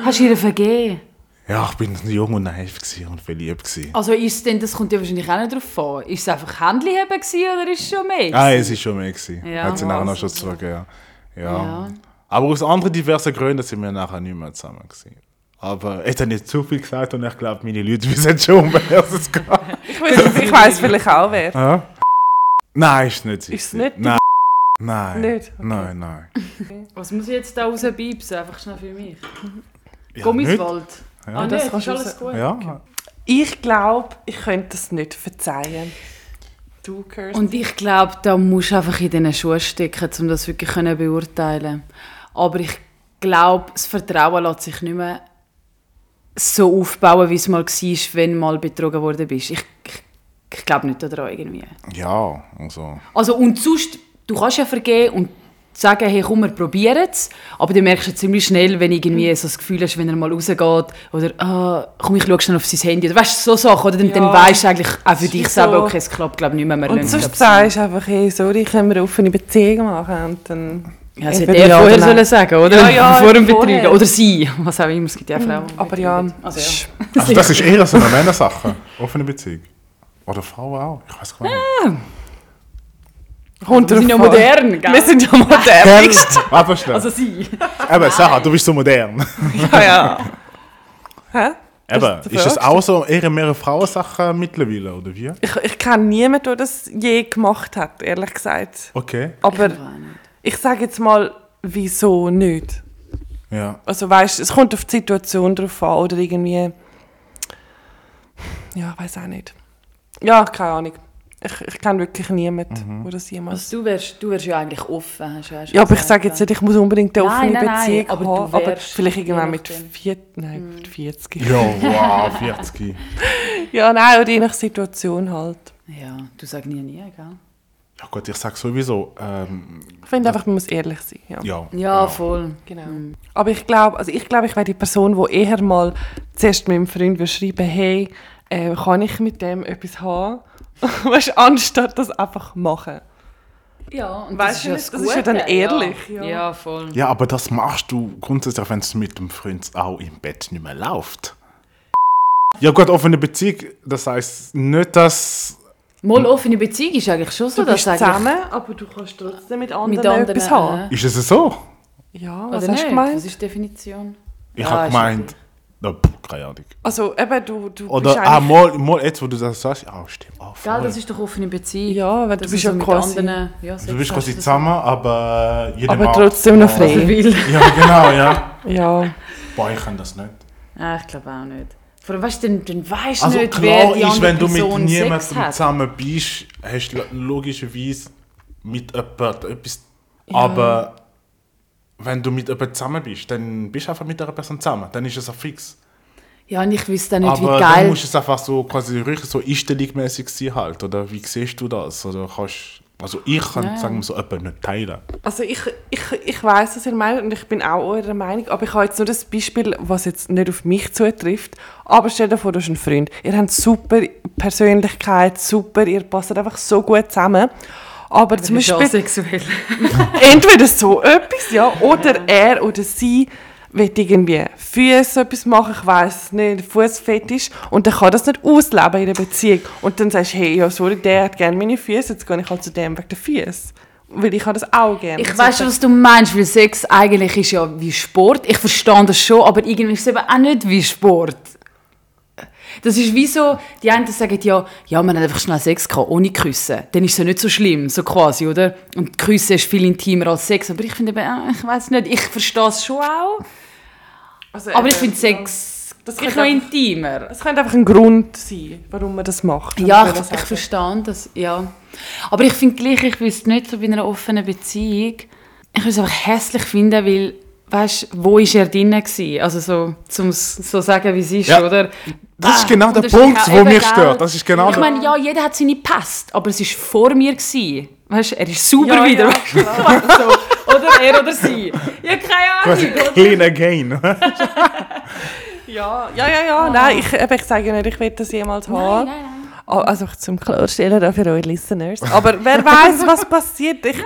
S1: Hast du ihr vergeben?
S2: Ja, ich bin jung und naiv gewesen und verliebt. Gewesen.
S1: Also ist es denn, das kommt ja wahrscheinlich auch nicht drauf an. Ist es einfach Handy haben gewesen oder ist es schon mehr?
S2: Ah, es ist schon mehr. Gewesen.
S1: Ja,
S2: Hat sie nachher noch
S1: was?
S2: schon zurückgegeben. Ja.
S1: Ja.
S2: ja. Aber aus anderen diversen Gründen sind wir nachher nicht mehr zusammen. Gewesen. Aber jetzt habe ich zu viel gesagt und ich glaube, meine Leute wissen schon, um wer es geht.
S4: Ich weiß, ich weiss vielleicht auch wer.
S2: Ja? Nein, ist nicht sie.
S4: Ist es nicht die
S2: Nein. Nein.
S4: Nicht? Okay.
S2: Nein, nein.
S1: Was muss ich jetzt da rauspiepsen? Einfach schnell für mich.
S2: Ja,
S1: Gummiswald.
S2: Ja.
S1: Ah,
S4: Das
S1: das
S4: kannst
S1: ist
S4: du
S1: alles
S4: raus-
S1: gut.
S2: nicht? Ja.
S4: Ich glaube, ich könnte das nicht verzeihen. Du gehörst.
S1: Und ich glaube, da musst du einfach in diesen Schuhen stecken, um das wirklich können beurteilen Aber ich glaube, das Vertrauen lässt sich nicht mehr so aufbauen, wie es mal war, wenn du mal betrogen worden bist. Ich, ich, ich glaube nicht daran irgendwie.
S2: ja, also.
S1: Also und sonst, du kannst ja vergeben und sagen, hey komm, wir probieren es. Aber dann merkst du ziemlich schnell, wenn irgendwie so das Gefühl hast, wenn er mal rausgeht oder ah, komm, ich schaue schnell auf sein Handy. Oder weißt du, so Sachen. Oder dann,
S4: Ja.
S1: dann weißt du eigentlich auch für
S4: ist
S1: dich
S4: wie
S1: selber,
S4: so-
S1: okay, es klappt glaube nicht mehr. wir
S4: Und
S1: lassen
S4: sonst
S1: es sein.
S4: sagst du einfach, hey, sorry, können wir eine offene Beziehung machen? Und dann
S1: Ja, das hätte
S4: entweder
S1: er
S4: ja
S1: vorher
S4: oder nein.
S1: sollen sagen, oder?
S4: Ja, ja,
S1: Vor dem
S4: vorher. Mm,
S1: Betrügen. Oder sie, was auch immer. Es gibt ja Frauen. die
S4: Aber ja,
S1: betrügen. Also, ja.
S2: also das ist eher so eine Männersache. Offene Beziehung. Oder Frauen auch. Ich weiß gar nicht.
S4: kommt
S1: Wir sind ja
S4: drauf an.
S1: modern, gell?
S4: Wir sind ja modern.
S2: Gell? Aber schnell.
S1: Äh, Also sie.
S2: Eben, Sarah, du bist so modern.
S4: ja, ja. Hä?
S2: Eben,
S4: Das ist der
S2: ist das
S4: Verrückte.
S2: auch so eher mehr eine Frauensache mittlerweile, oder wie?
S4: Ich, ich kenne niemanden, der das je gemacht hat, ehrlich gesagt.
S2: Okay.
S4: Aber ich sage jetzt mal, wieso nicht?
S2: Ja.
S4: Also weißt, es kommt auf die Situation drauf an oder irgendwie. Ja, ich weiß auch nicht. Ja, keine Ahnung. Ich, ich kenne wirklich niemanden, wo das jemals.
S1: Also, du, wärst, du wärst ja eigentlich offen, hast du auch schon
S4: Ja, aber ich
S1: gesagt,
S4: sage jetzt nicht, ich muss unbedingt eine
S1: Nein,
S4: offene
S1: nein, nein,
S4: Beziehung
S1: aber du
S4: haben. Aber
S1: wärst, Mhm.
S4: vielleicht irgendwann
S1: je
S4: mit
S1: nachdem.
S4: vier, nein, mit 40.
S2: Ja, wow, 40.
S4: Ja, nein, oder je nach Situation halt.
S1: Ja, du sagst nie, nie, gell?
S2: Ja gut, ich sag sowieso, ähm,
S4: Ich finde einfach, man muss ehrlich sein. Ja.
S2: ja.
S1: Ja,
S2: genau.
S1: voll.
S4: Genau. Aber ich glaube, also ich glaube, ich wäre die Person, die eher mal zuerst meinem Freund würde schreiben, hey, äh, kann ich mit dem etwas haben? weißt du, anstatt das einfach machen.
S1: Ja, und
S4: Weißt du
S1: das
S4: nicht,
S1: ist ja
S4: das ist ja dann
S1: Gute,
S4: ehrlich,
S1: Ja,
S4: ja.
S1: ja voll.
S2: Ja, aber das machst du grundsätzlich, wenn es mit dem Freund auch im Bett nicht mehr läuft. Ja gut, offene Beziehung, das heißt nicht, dass...
S1: Mal offene Beziehung ist eigentlich schon so,
S4: Du bist
S1: dass eigentlich
S4: zusammen, aber du kannst trotzdem mit anderen,
S1: mit anderen
S4: etwas haben.
S1: äh,
S2: Ist es so?
S4: Ja, was
S1: Oder
S4: hast
S1: nicht?
S4: du gemeint?
S1: Was ist die Definition?
S2: Ich
S1: Ja,
S2: hab habe
S1: ist
S2: gemeint... Ja, pff, keine Ahnung.
S4: Also eben, du, du bist
S2: Oder, ah,
S4: eigentlich...
S2: mal, mal jetzt, wo du das sagst, ah, stimmt, ah,
S1: Gell,
S2: voll.
S1: das ist doch offene Beziehung.
S4: Ja, weil du
S1: Dass
S4: bist
S1: man
S4: ja
S1: so mit
S4: quasi...
S1: anderen- ja,
S2: Du bist
S1: selbst
S2: quasi
S1: hast das-
S2: zusammen, aber jeder
S4: Aber
S2: macht-
S4: trotzdem noch frei.
S1: Ich will.
S2: Ja, genau, ja.
S4: Ja.
S2: Boah, ich kann das nicht.
S1: Ah, ich glaube auch nicht. Vor allem, weißt du, dann, dann weißt du
S2: Also
S1: nicht, wer
S2: klar
S1: die
S2: ist,
S1: andere
S2: wenn du mit
S1: Person
S2: niemandem
S1: Sex hat.
S2: zusammen bist, hast du logischerweise mit jemandem etwas. Aber wenn du mit jemandem zusammen bist, dann bist du einfach mit dieser Person zusammen. Dann ist es auch fix.
S1: Ja, und ich wüsste dann nicht,
S2: Aber
S1: wie
S2: dann
S1: geil.
S2: musst du es einfach so quasi richtig so einstellungsmäßig sein halt. Oder wie siehst du das? Oder kannst Also ich kann,
S1: Ja. Ah,
S2: sagen wir so, jemanden nicht teilen.
S4: Also ich, ich, ich weiß, was ihr meint und ich bin auch eurer Meinung, aber ich habe jetzt nur das Beispiel, was jetzt nicht auf mich zutrifft. Aber stell dir vor, du hast einen Freund. Ihr habt super Persönlichkeit, super, ihr passt einfach so gut zusammen. Aber zum Beispiel
S1: sexuell.
S4: entweder so etwas, ja, oder er oder sie will irgendwie Füße etwas machen, ich weiß nicht, Fußfetisch und dann kann das nicht ausleben in der Beziehung und dann sagst du, hey, ja, sorry, der hat gerne meine Füße, jetzt gehe ich halt zu dem wegen der Füße, weil ich habe das auch gerne.
S1: Ich weiß schon, was du meinst, weil Sex eigentlich ist ja wie Sport. Ich verstehe das schon, aber irgendwie ist es eben auch nicht wie Sport. Das ist wie so, die einen sagen ja, ja, man hat einfach schnell Sex gehabt, ohne Küssen. Dann ist es ja nicht so schlimm, so quasi, oder? Und Küssen ist viel intimer als Sex. Aber ich finde eben, ah, ich weiß nicht, ich verstehe es schon auch.
S4: Also
S1: Aber ich
S4: eben,
S1: finde
S4: ja.
S1: Sex
S4: Das
S1: ist
S4: könnte
S1: noch
S4: einfach-
S1: intimer.
S4: Es könnte einfach ein Grund sein, warum man das macht.
S1: Ja,
S4: Wenn man
S1: ich,
S4: das
S1: ich
S4: sagt.
S1: verstehe das, ja. Aber ich finde gleich, ich wüsste nicht, so bei einer offenen Beziehung, ich würde es einfach hässlich finden, weil, weißt wo ist er drin gewesen? Also so, zum s- so sagen, wie es ist,
S2: Ja.
S1: oder?
S2: Das ist genau
S1: und
S2: der
S1: das
S2: Punkt,
S1: ist ja
S2: wo
S1: eben
S2: mich
S1: geil.
S2: stört. Das ist genau
S1: ich
S2: der
S1: meine, ja, jeder hat seine Pest, aber es war vor mir. Gewesen. Weißt er ist sauber
S4: Ja,
S1: wieder.
S4: ja,
S1: weisst du? so. Oder er oder sie. Ja, keine Ahnung.
S2: Quasi clean again.
S4: Ja, ja, ja,
S1: Ah.
S4: ja. Nein, ich, eben, ich sage ja nicht, ich werde das jemals haben. Ah, Also zum Klarstellen auch für eure Listeners. Aber wer weiß, was passiert. Ich,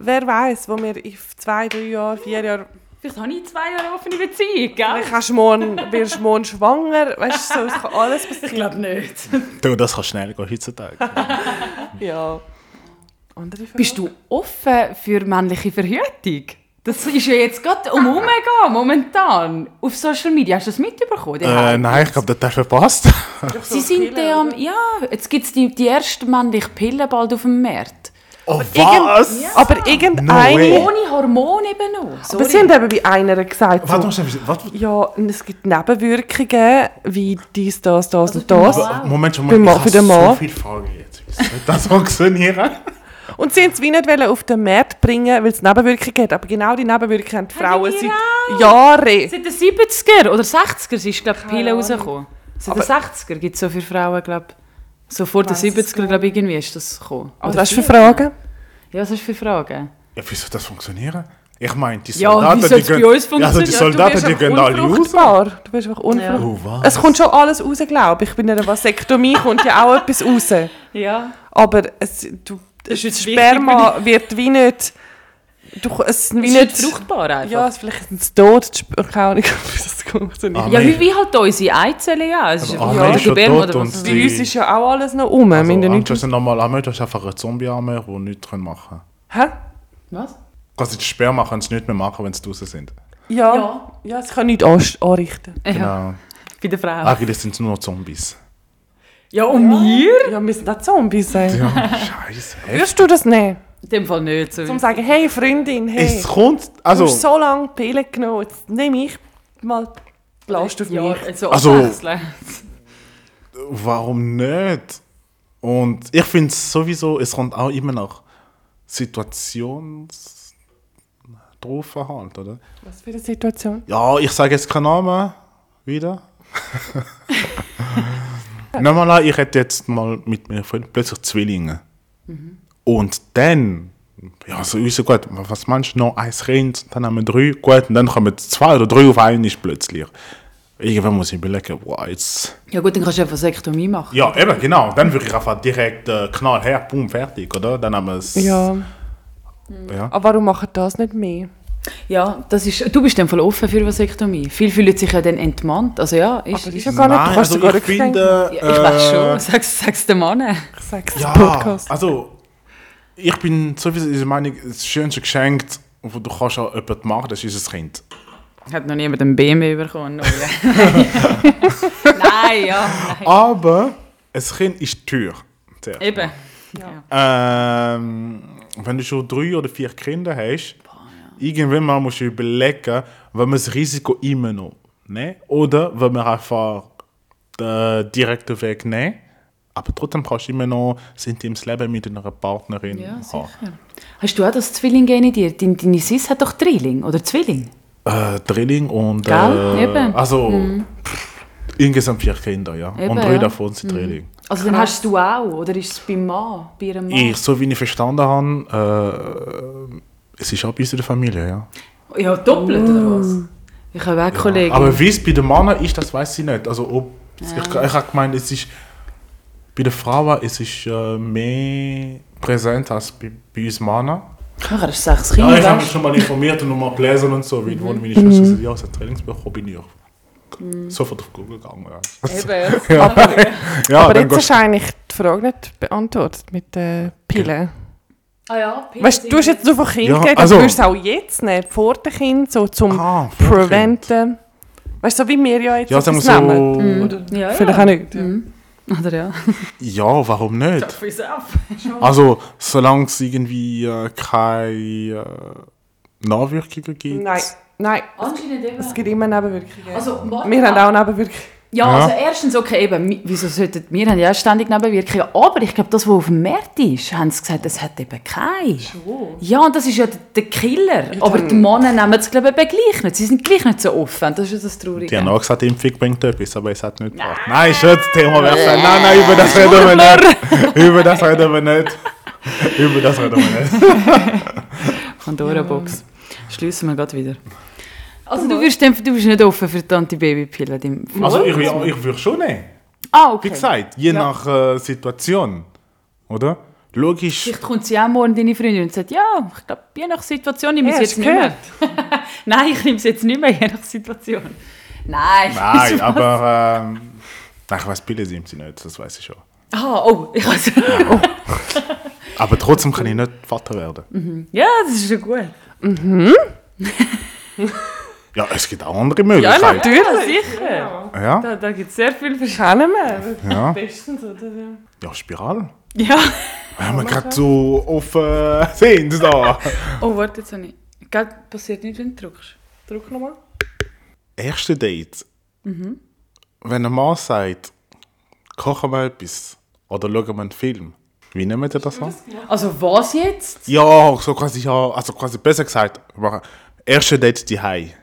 S4: Wer weiß, wo wir in zwei, drei Jahren, vier Jahren...
S1: Vielleicht habe ich zwei Jahre offene Beziehung, gell?
S4: Vielleicht hast du morgen, wirst du morgen schwanger. Weißt du, so, es kann alles
S1: Ich
S4: passieren.
S1: glaube nicht.
S2: du, das kann schnell gehen heutzutage.
S4: Ja. Andere Frage?
S1: Bist du offen für männliche Verhütung? Das ist ja jetzt gerade um umgehen, momentan. Auf Social Media, hast du das mitbekommen? Die
S2: äh,
S1: Hype?
S2: nein, ich glaube, das hat verpasst.
S1: Sie sind
S4: Pillen,
S1: ja am... Ja, jetzt gibt es die, die erste männliche Pille bald auf dem Markt.
S2: Oh,
S4: Irgend, Aber irgendeine...
S2: way.
S1: Ohne Hormone eben noch.
S4: aber
S1: Sorry.
S4: sie haben eben bei einer gesagt... so-
S2: Warte mal, schnell, was?
S4: Ja, und es gibt Nebenwirkungen, wie dies, das, das und
S1: beim
S4: das.
S1: Mann.
S2: Aber, Moment schon
S4: Beim
S2: mal,
S4: Mann für
S2: ich
S4: den
S2: habe so
S4: Mann.
S2: viele Fragen jetzt. Wie soll das funktionieren?
S4: Und sie wollten es wie nicht wollen auf den Markt bringen, weil es Nebenwirkungen hat. Aber genau die Nebenwirkungen haben die Frauen
S1: die
S4: seit Jahren.
S1: Seit den 70er oder 60er ist, glaube ich, die Pille
S4: Keine Ahnung.
S1: rausgekommen. Seit den 60er gibt es so für Frauen, glaube ich. So vor den
S4: Weiss es
S1: 70er, glaube ich, irgendwie ist das gekommen.
S4: Was
S2: Also
S1: Oder
S4: hast du für
S1: vier?
S4: Fragen?
S1: Ja, was hast du für Fragen?
S2: Ja, wie soll das funktionieren? Ich meine, die
S1: Ja,
S2: Soldaten,
S1: wie soll's
S2: die gehen,
S1: bei uns
S2: Also die
S1: funktionieren?
S2: Soldaten, die gehen alle raus.
S4: unfruchtbar. Du bist einfach unfruchtbar.
S2: Oh, was?
S4: Es kommt schon alles raus, glaube ich. Bei einer Vasektomie kommt ja auch etwas raus.
S1: Ja.
S4: Aber es, du, das
S1: jetzt
S4: Sperma wird wie nicht... Du, es, wie
S1: Ist
S4: nicht
S1: nicht fruchtbar einfach.
S4: ja, es vielleicht ist es tot. die Sp- Keine Ahnung, wie das funktioniert.
S2: Ah,
S1: Ja,
S2: Nein.
S1: wie, wie halt unsere Eizellen, ja. Es ist
S2: Aber
S1: ja,
S4: Arme
S2: ist schon tot
S1: oder was
S2: und
S1: es ist.
S2: Ah, die-
S4: Bei uns ist ja auch alles noch um. wir haben ja
S2: Also,
S4: nichts-
S2: Angel sind normal am Ende, du hast einfach einen Zombie-Arme, der nichts machen können.
S4: Hä?
S1: Was?
S2: Quasi die Sperma können sie nicht mehr machen, wenn sie draußen sind.
S4: Ja.
S1: Ja.
S4: ja. es kann nichts anst- anrichten.
S1: Ja,
S2: Genau.
S1: bei der Frau.
S2: Eigentlich sind es nur Zombies.
S1: Ja, und mir?
S4: Ja, wir sind auch Zombies sein.
S2: Ja, scheiße. echt.
S4: Würdest du das nehmen?
S1: In dem Fall nicht. So.
S4: Um zu sagen, hey Freundin, hey,
S2: Es kommt,
S4: du
S2: also,
S4: hast so lange Pillen genommen, jetzt nehme ich mal die Last auf mich.
S1: so
S2: Also-
S1: abwechseln.
S2: warum nicht? Und ich finde sowieso, es kommt auch immer nach Situations drauf an halt, oder?
S4: Was für eine Situation?
S2: Ja, ich sage jetzt keinen Namen. Wieder. Nehmen wir mal an, ich hätte jetzt mal mit meiner Freundin plötzlich Zwillinge. Und dann, ja, so ist gut, was meinst du, noch eins Kind, dann haben wir drei, gut, und dann kommen zwei oder drei auf einmal plötzlich. Irgendwann muss ich überlegen, wow, jetzt...
S1: Ja gut, dann kannst du eine Vasektomie machen.
S2: Ja, eben, genau, dann würde ich einfach direkt äh, knall her, boom, fertig, oder? Dann haben wir es...
S4: Ja,
S2: ja.
S4: aber warum machen das nicht mehr?
S1: Ja, das ist, du bist in dem Fall offen für Vasektomie. Viele fühlen sich ja dann entmannt. Also ja, ist,
S4: Aber ist
S1: ist
S4: ja gar nicht, du
S2: Nein,
S4: kannst
S2: also
S4: sogar
S2: ich
S4: rückgängig
S2: finde...
S1: ja, ich weiß schon,
S2: äh,
S1: sag's, sag's dem Mann.
S4: machen. Ich sag's im
S2: Ja,
S4: Podcast.
S2: also ich bin sowieso der Meinung, das schönste Geschenk, das du kannst an jemanden machen das ist ein Kind.
S1: Hat noch niemand einen BMW bekommen. nein. nein, ja. Nein.
S2: Aber ein Kind ist teuer. Zuerst.
S1: Eben.
S2: Ähm, wenn du schon drei oder vier Kinder hast, irgendwann mal musst du überlegen, wenn man das Risiko immer noch nehmen oder wenn man einfach den direkten Weg nehmen. Aber trotzdem kannst du immer noch ein intimes Leben mit einer Partnerin
S1: Ja,
S2: haben.
S1: sicher. Hast du auch das Zwilling-Gen in dir? Deine, deine Sis hat doch Drilling oder Zwilling.
S2: Äh, Drilling und.
S1: Gell?
S2: Äh,
S1: Eben. Mhm.
S2: Also. pff, Insgesamt vier Kinder, ja.
S1: Eben,
S2: und drei
S1: ja.
S2: davon sind Drillinge.
S1: Also dann hast du auch, oder ist es beim Mann, bei ihrem Mann?
S2: Ich, so wie ich verstanden habe, äh, es ist auch bei uns in der Familie, ja.
S1: Ja, doppelt oder was? Ich habe auch Kollegen.
S2: Aber wie es bei den Männern ist, das weiß ich nicht. Also ob, ich, ich habe gemeint, es ist bei den Frauen es ist äh, mehr präsent als bei, bei uns Männern.
S1: Ach, das ist sechs
S2: Ja,
S1: Kinder.
S2: ich habe
S1: Ja,
S2: mich schon mal informiert und nochmal gelesen und so. Wie mhm. meine Schwester gesagt ja, aus dem Trainingsbüro bin ich auch sofort auf Google gegangen. Ja,
S1: Eben.
S2: ja
S4: Aber
S2: Ah, dann
S4: jetzt
S2: gehst
S4: wahrscheinlich die Frage nicht beantwortet mit den Pillen.
S1: Ah ja,
S4: Weißt du, du hast jetzt nur von Kind
S2: Ja,
S4: ja, geredet,
S2: also-
S4: du würdest auch jetzt nehmen, vor dem Kind, so zum
S2: Ah, vor dem
S4: Preventen. Weißt du, so wie wir ja jetzt
S2: ja, sagen wir
S4: etwas
S2: so,
S4: nehmen. Hm.
S1: Ja,
S4: Vielleicht
S1: ja.
S4: auch nicht. ja.
S1: Oder ja.
S2: ja, warum nicht?
S1: Für uns auch.
S2: Also, solange es irgendwie äh, keine äh, Nachwirkungen gibt.
S4: Nein, nein,
S1: Anscheinend eben.
S4: es gibt immer Nebenwirkungen.
S1: Also,
S4: wir haben auch Nebenwirkungen.
S1: Ja,
S2: Ja.
S1: also erstens, okay, eben, mi- wieso sollten, wir haben ja auch ständig Nebenwirkungen, aber ich glaube, das, was auf dem Markt ist, haben sie gesagt, das hat eben keine. Ja, und das ist ja der- der Killer. aber die Männer nehmen es, glaube ich, eben gleich nicht. Sie sind gleich nicht so offen, das ist ja das Traurige.
S2: Die haben auch gesagt, Impfung bringt etwas, aber es hat nicht gebracht. Nein, Schatz, Thema wechseln. Nein, nein, über das reden wir nicht. Über das reden wir nicht. Über das reden wir nicht.
S1: Pandora-Box. Schliessen wir gerade wieder. Also du, wirst, dem- du bist nicht offen für die Antibabypille. dem-
S2: Also, ich, ja, ich würde schon nehmen.
S1: ah, okay.
S2: Wie gesagt, je nach äh, Situation. Oder? Logisch.
S1: Vielleicht kommt sie auch morgen deine Freundin und sagt, ja, ich glaube, je nach Situation nehme ich es
S4: Ja,
S1: jetzt
S4: hast
S1: nicht
S4: du
S1: mehr. Nein, ich nehme es jetzt nicht mehr, je nach Situation. Nein.
S2: Nein, aber. Ähm, nein, ich weiß, Pille sind sie nicht, das weiß ich schon.
S1: Ah, oh, ich weiß.
S2: Aber trotzdem kann ich nicht Vater werden.
S1: ja, das ist ja gut.
S2: Ja, es gibt auch andere Möglichkeiten.
S1: Ja, sicher.
S2: Ja, ja.
S1: Da, da gibt es sehr viel Verschiedene.
S4: Kennen wir.
S2: Ja,
S4: Bestens, oder? Ja.
S2: Spiral.
S1: Ja.
S2: Wenn wir gerade so offen sind, da.
S1: Oh, warte jetzt noch nicht. Gell, passiert nicht, wenn du drückst.
S4: Druck nochmal.
S2: erste Date,
S1: Mhm.
S2: wenn ein Mann sagt, kochen wir etwas oder schauen wir einen Film, wie nehmt ihr das an?
S1: Also was jetzt?
S2: Ja, so quasi, ja, also quasi besser gesagt, aber erste Date die Hai. Also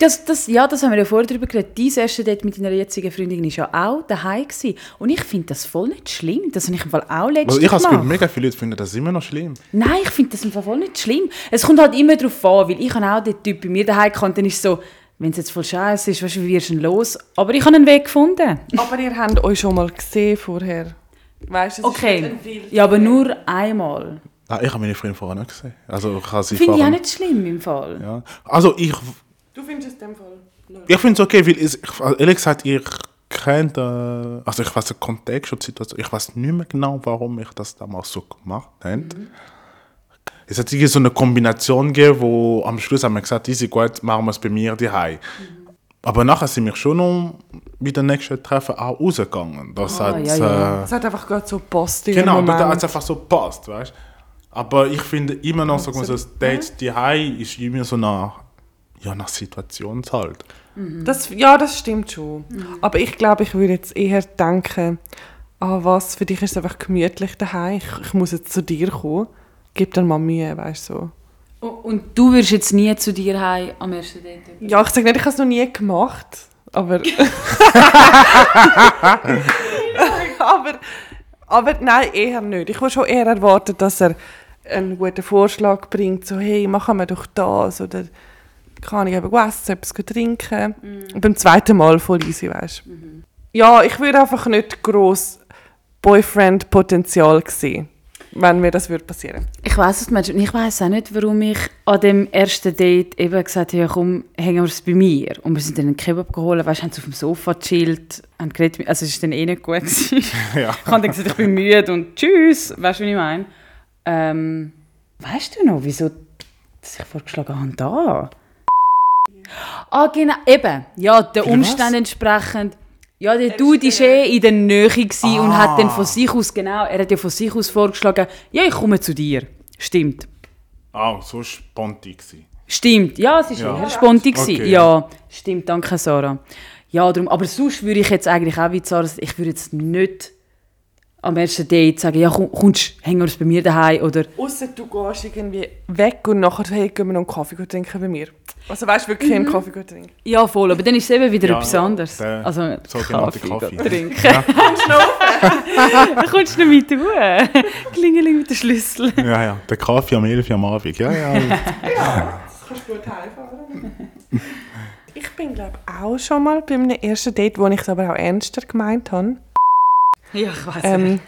S1: Das, das, ja, das haben wir ja vorher darüber geredet. Dein erste Date mit deiner jetzigen Freundin war ja auch daheim. Gewesen. Und ich finde das voll nicht schlimm. Das habe ich im Fall auch letztens
S2: Also ich habe das Gefühl,
S1: gemacht.
S2: mega viele Leute finden das immer noch schlimm.
S1: Nein, ich finde das im Fall voll nicht schlimm. Es kommt halt immer darauf an, weil ich habe auch den Typ bei mir daheim gehabt, dann ist es so, wenn es jetzt voll scheiße ist, weißt du, wie wirst du denn los? Aber ich habe einen Weg gefunden.
S4: Aber ihr habt euch schon mal gesehen vorher. Weißt du, es ist
S1: Okay,
S4: nicht ein Bild.
S1: ja, aber nur einmal.
S2: Nein, ich habe meine Freundin vorher nicht gesehen. Also ich habe sie
S1: Finde ich auch
S2: vorher...
S1: nicht schlimm im Fall.
S2: ja. Also ich,
S4: Du findest es in dem Fall. null.
S2: ich finde es okay, weil es, ich, also ehrlich gesagt, ich kennt, äh, also ich weiß den Kontext und die Situation, ich weiß nicht mehr genau, warum ich das damals so gemacht habe. Es hat irgendwie so eine Kombination gegeben, wo am Schluss haben wir gesagt, easy, gut, machen wir es bei mir die Aber nachher sind wir schon um bei den nächsten Treffen auch rausgegangen. Das
S1: Ah,
S2: hat,
S1: ja, ja.
S2: Äh,
S4: Es hat einfach gerade so gepasst in dem
S2: genau,
S4: Moment.
S2: da hat es einfach so gepasst, weißt Aber ich finde immer noch, so, so das Date die ist immer so nach, ja, nach Situation halt.
S4: Das, ja, das stimmt schon. Aber ich glaube, ich würde jetzt eher denken, ah was, für dich ist es einfach gemütlich daheim. Ich, ich muss jetzt zu dir kommen. Gib dir mal Mühe, weißt du. So.
S1: U- Oh, Und du wirst jetzt nie zu dir heim am ersten Date?
S4: Ja, ich sage nicht, ich habe es noch nie gemacht. Aber. aber, aber nein, eher nicht. Ich würde schon eher erwarten, dass er einen guten Vorschlag bringt, so hey, machen wir doch das oder kann ich eben essen, etwas trinken. Und beim zweiten Mal voll easy, weißt du. Ja, ich würde einfach nicht gross Boyfriend-Potenzial sehen, wenn mir das würde passieren.
S1: Ich weiß es Menschen. Ich weiß auch nicht, warum ich an dem ersten Date eben gesagt habe, ja, komm, hängen wir es bei mir. Und wir sind dann einen Kebab geholt, weißt, haben sie auf dem Sofa gechillt, haben geredet, also es war dann eh nicht gut. gewesen.
S2: Ja.
S1: Ich habe dann gesagt, ich bin müde und tschüss, weißt du, wie ich meine? Ähm, weißt du noch, wieso dass ich vorgeschlagen habe, da? Ah, genau, eben. Ja, den
S2: was?
S1: Umständen entsprechend. Ja, der Dude war eh in der Nähe gewesen und hat dann von sich aus, genau, er hat ja von sich aus vorgeschlagen, ja, ich komme zu dir. Stimmt.
S2: Ah, so spontan gewesen.
S1: Stimmt, ja, es war
S2: Ja.
S1: eher spontan. gewesen.
S2: Okay.
S1: Ja, stimmt, danke Sarah. Ja, darum, aber sonst würde ich jetzt eigentlich auch wie Sarah, sagen, ich würde jetzt nicht am ersten Date sagen, ja, komm, kommst, hängen wir uns bei mir daheim oder
S4: Außer du gehst irgendwie weg und nachher hey, gehen wir noch einen Kaffee gut trinken bei mir. Also weißt du wirklich einen Kaffee gut trinken?
S1: ja, voll, aber dann ist es eben wieder
S2: Ja,
S1: etwas anderes.
S2: der
S1: Also
S2: sogenannte
S1: Kaffee,
S2: Kaffee.
S1: Kaffee. trinken. Dann kommst du nicht mit Ruhe. Klingeling mit dem Schlüssel.
S2: Ja, ja, der Kaffee am 11 Uhr am Abend. Ja, ja.
S4: Das kannst du gut heimfahren. ich bin glaube auch schon mal bei einem ersten Date, wo ich es aber auch ernster gemeint habe.
S1: Ja, ich weiß nicht.
S4: ähm,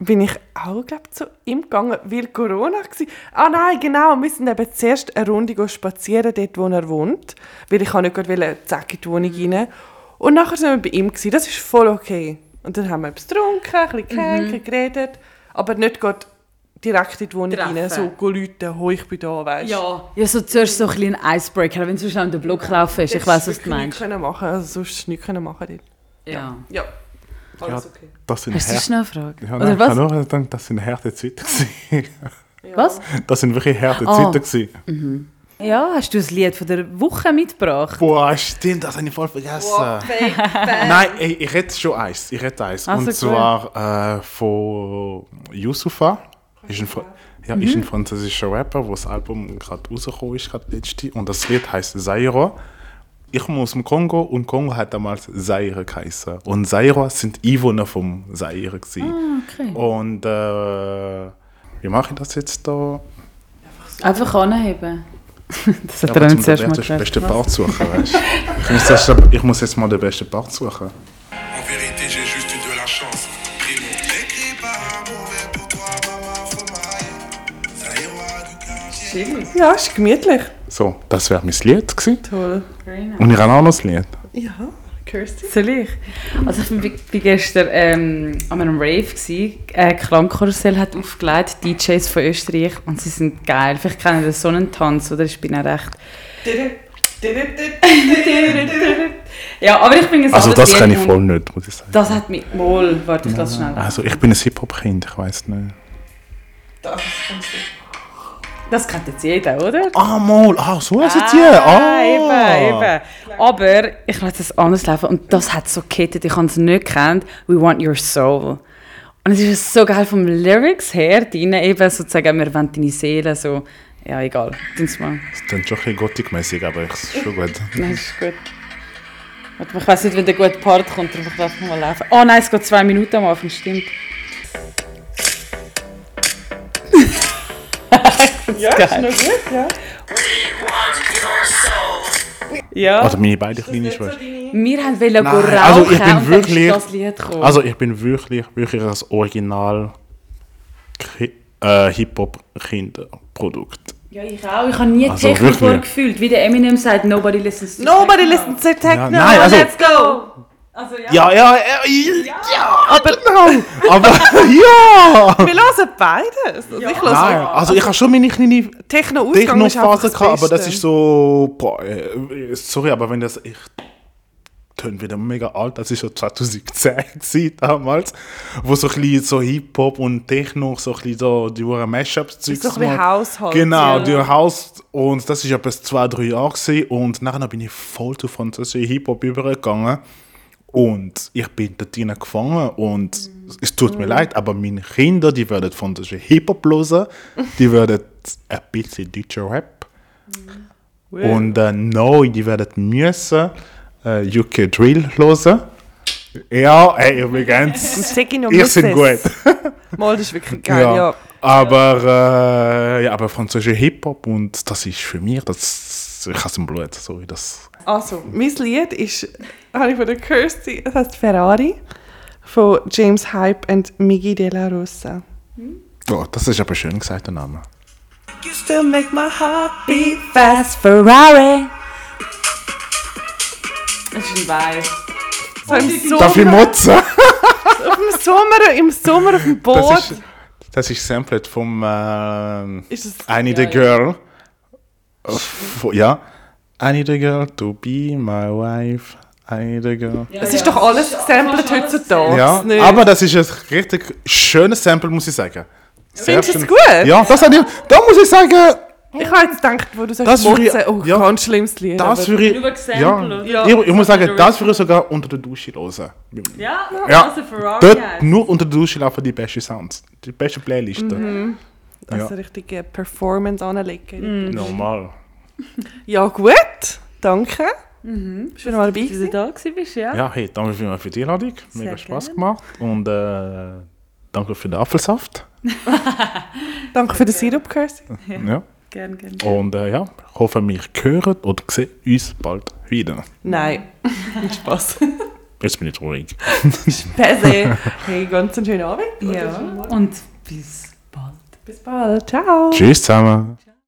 S4: bin ich auch glaub, zu ihm gegangen, weil Corona war. Ah nein, genau, wir sind eben zuerst eine Runde gehen spazieren, dort wo er wohnt, weil ich auch nicht gerade wollte, zack in die Wohnung rein. Und nachher sind wir bei ihm, gewesen. das ist voll okay. Und dann haben wir etwas getrunken, ein bisschen gehängt, geredet, aber nicht gerade direkt in die Wohnung
S1: Treffen.
S4: rein, so «Go Leute, hoi, ich bin da», weißt
S1: Ja. ja, so zuerst so ein bisschen ein Icebreaker, wenn du schnell um den Block laufen ist. Ich weiß, was du meinst.
S4: Können machen, also sonst nichts können machen dort.
S1: Ja.
S4: Ja, alles okay.
S2: Das sind
S1: Hast du
S2: Härte.
S1: schnell eine Frage?
S2: Ja,
S1: Oder
S2: nein, ich
S1: was?
S2: habe nur gedacht, das sind harte Zeiten. gewesen.
S1: Was?
S2: Das sind wirklich harte Zeiten.
S1: Ah.
S2: gewesen.
S1: Ja, hast du ein Lied von der Woche mitgebracht?
S2: Boah, stimmt, das habe ich voll vergessen. Nein, ich, ich rede schon eins. Ich rede eins.
S1: Ah,
S2: Und
S1: so cool.
S2: zwar äh, von Yusufa. Ist ein, Fra- ja, ist ein
S1: Mhm.
S2: französischer Rapper, wo das Album gerade rausgekommen ist, gerade letzte. Und das Lied heißt Zairo. Ich komme aus dem Kongo und Kongo hat damals Zaire geheißen. Und Zairo sind Einwohner vom Zaire. gewesen.
S1: Ah, Okay.
S2: Und äh, wie mache ich das jetzt da?
S1: Einfach anheben. Das hat
S2: Aber
S1: er
S2: zum
S1: uns zuerst mal
S2: besten-
S1: gesagt.
S2: besten Part suchen, weißt du? Ich muss erst- Ich muss jetzt mal den besten Part suchen.
S5: En vérité, j'ai juste eu de la chance. Primo. Écrit par un mauvais pour toi, maman, faut m'aller. Ça ira du quartier.
S4: Ja, ist gemütlich.
S2: So, das wäre mein Lied gewesen.
S4: Toll.
S2: Und ich habe auch noch das Lied.
S4: Ja, Kirsty.
S1: Soll ich? Also ich bin- bin gestern ähm, an einem Rave gsi. Äh, Klangkarussell hat aufgelegt, DJs von Österreich und sie sind geil. Vielleicht kennen ihr so einen Tanz, oder? Ich bin auch recht. Ja, aber ich bin ein
S2: Also
S1: anderes
S2: das kann
S1: Lied
S2: ich
S1: und
S2: voll nicht, muss ich sagen.
S1: Das hat mich wohl. Warte, ich lass schnell.
S2: Also ich bin ein Hip-Hop-Kind, ich weiß nicht.
S1: Das kennt jetzt jeder, oder?
S2: Ah, mal, ah, so ist es hier.
S1: Ah,
S2: Ah,
S1: eben, eben. Aber ich lasse es anders laufen und das hat so gekettet, ich habe es nicht gekannt. «We want your soul». Und es ist so geil vom Lyrics her, drin eben sozusagen «Wir wollen deine Seele», so, ja egal, tun's mal.
S2: Das klingt schon ein bisschen gothic-mäßig, aber es ist schon gut.
S1: Nein, das ist gut. Warte, ich weiß nicht, wenn der gute Part kommt, darum ich lasse mal laufen. Oh nein, es geht zwei Minuten am Anfang, stimmt. ja, ist noch gut, ja. Ja,
S2: Also meine beiden kleinen Schwestern.
S1: wir haben wollen
S2: Nein,
S1: go rauchen
S2: also ich bin
S1: und
S2: wirklich-
S1: dann ist das Lied gekommen.
S2: Also ich bin wirklich, wirklich das Original Ki- äh, Hip-Hop-Kinderprodukt.
S1: ja, ich auch. Ich habe nie
S2: Also
S1: Techno
S2: wirklich.
S1: vorgefühlt, wie der Eminem sagt, «Nobody listens to
S4: Nobody Oh, listens to
S2: Ja,
S4: techno.
S2: nein, also-
S4: Let's go.
S1: Also, ja.
S2: Ja, ja, ja, ja, aber nein, aber ja.
S4: Wir hören beides. Also Ich höre
S2: Nein, also ich habe schon meine kleine
S4: techno
S2: Techno-Phase gehabt, aber das ist so. Boah, äh, äh, sorry, aber wenn das. Ich tönt wieder mega alt, das ist schon 2010 gewesen damals, wo so ein bisschen so Hip-Hop und Techno, so ein bisschen so die Uhren Mashups
S4: ein bisschen House halt,
S2: Genau,
S4: ja.
S2: die House. Und das ist ja bis zwei, drei Jahre gewesen, und nachher bin ich voll zu französischen Hip-Hop übergegangen. Und ich bin da drin gefangen und
S4: Mhm.
S2: es tut mir leid, aber meine Kinder, die werden französischen Hip-Hop hören, die werden ein bisschen deutscher Rap und äh, neu, die werden müssen äh, UK Drill hören. Ja, ey, ich bin ganz...
S4: Techno
S2: Ich sind gut.
S4: Mal, das ist wirklich geil, ja.
S2: ja. Aber, äh, ja, aber französischer Hip-Hop und das ist für mich, das, ich habe es im Blut, so wie das...
S4: Also, mein Lied ist, habe ich von der Kirsty, das heißt Ferrari von James Hype und Miggy De La Rosa.
S2: Oh, das ist aber schön gesagt, der Name.
S4: You still make my heart beat
S1: Fast Ferrari. Das ist ein Vibe.
S4: so im
S2: Darf ich
S4: Sommer,
S2: motzen?
S4: im Sommer, im Sommer auf dem Boot.
S2: Das ist, das ist sampled vom ähm,
S4: Ist es-
S2: I Need a Girl. Äh, von- Ja. I need a girl to be my wife. I need a girl.
S4: Es ist doch alles gesampelt heutzutage.
S2: Ja,
S4: nicht?
S2: aber das ist ein richtig schönes Sample, muss ich sagen. Sehr
S4: Findest du
S2: schön.
S4: es gut?
S2: Ja, das hat ich, da muss ich sagen,
S4: Ich habe jetzt gedacht, wo du sagst,
S2: Das würde-
S4: Motzen, oh,
S2: ja.
S4: ganz schlimmes Lied.
S2: Das
S4: aber-
S2: würde
S3: Nur
S2: ich,
S3: Exempel,
S2: ja,
S3: oder?
S2: ja.
S3: Ja.
S2: Ich, ich muss sagen, das würde ich sogar unter der Dusche hören.
S3: Ja,
S2: Ja.
S3: also Ferrari
S2: Dort,
S3: hat.
S2: nur unter der Dusche laufen die besten Sounds, die besten Playlisten.
S4: also
S2: Ja.
S4: richtige Performance anlegen.
S2: Normal.
S4: Ja, gut. Danke. Schön, dass du dabei
S3: Dass du
S4: warst.
S3: da gewesen bist, ja?
S2: Ja, hey, danke vielmals für die Einladung. Mega
S3: Sehr
S2: Spaß
S3: gerne.
S2: gemacht. Und äh, danke für den Apfelsaft.
S4: Danke für den Sirup, Kirsty.
S2: Ja.
S3: Gern, gern.
S2: Und äh, ja, hoffe, wir hören oder sehen uns bald wieder.
S4: Nein. Spaß.
S2: Jetzt bin ich ruhig.
S4: Pese. Hey, ganz einen schönen Abend.
S3: Ja. Und bis bald.
S4: Bis bald. Ciao.
S2: Tschüss zusammen.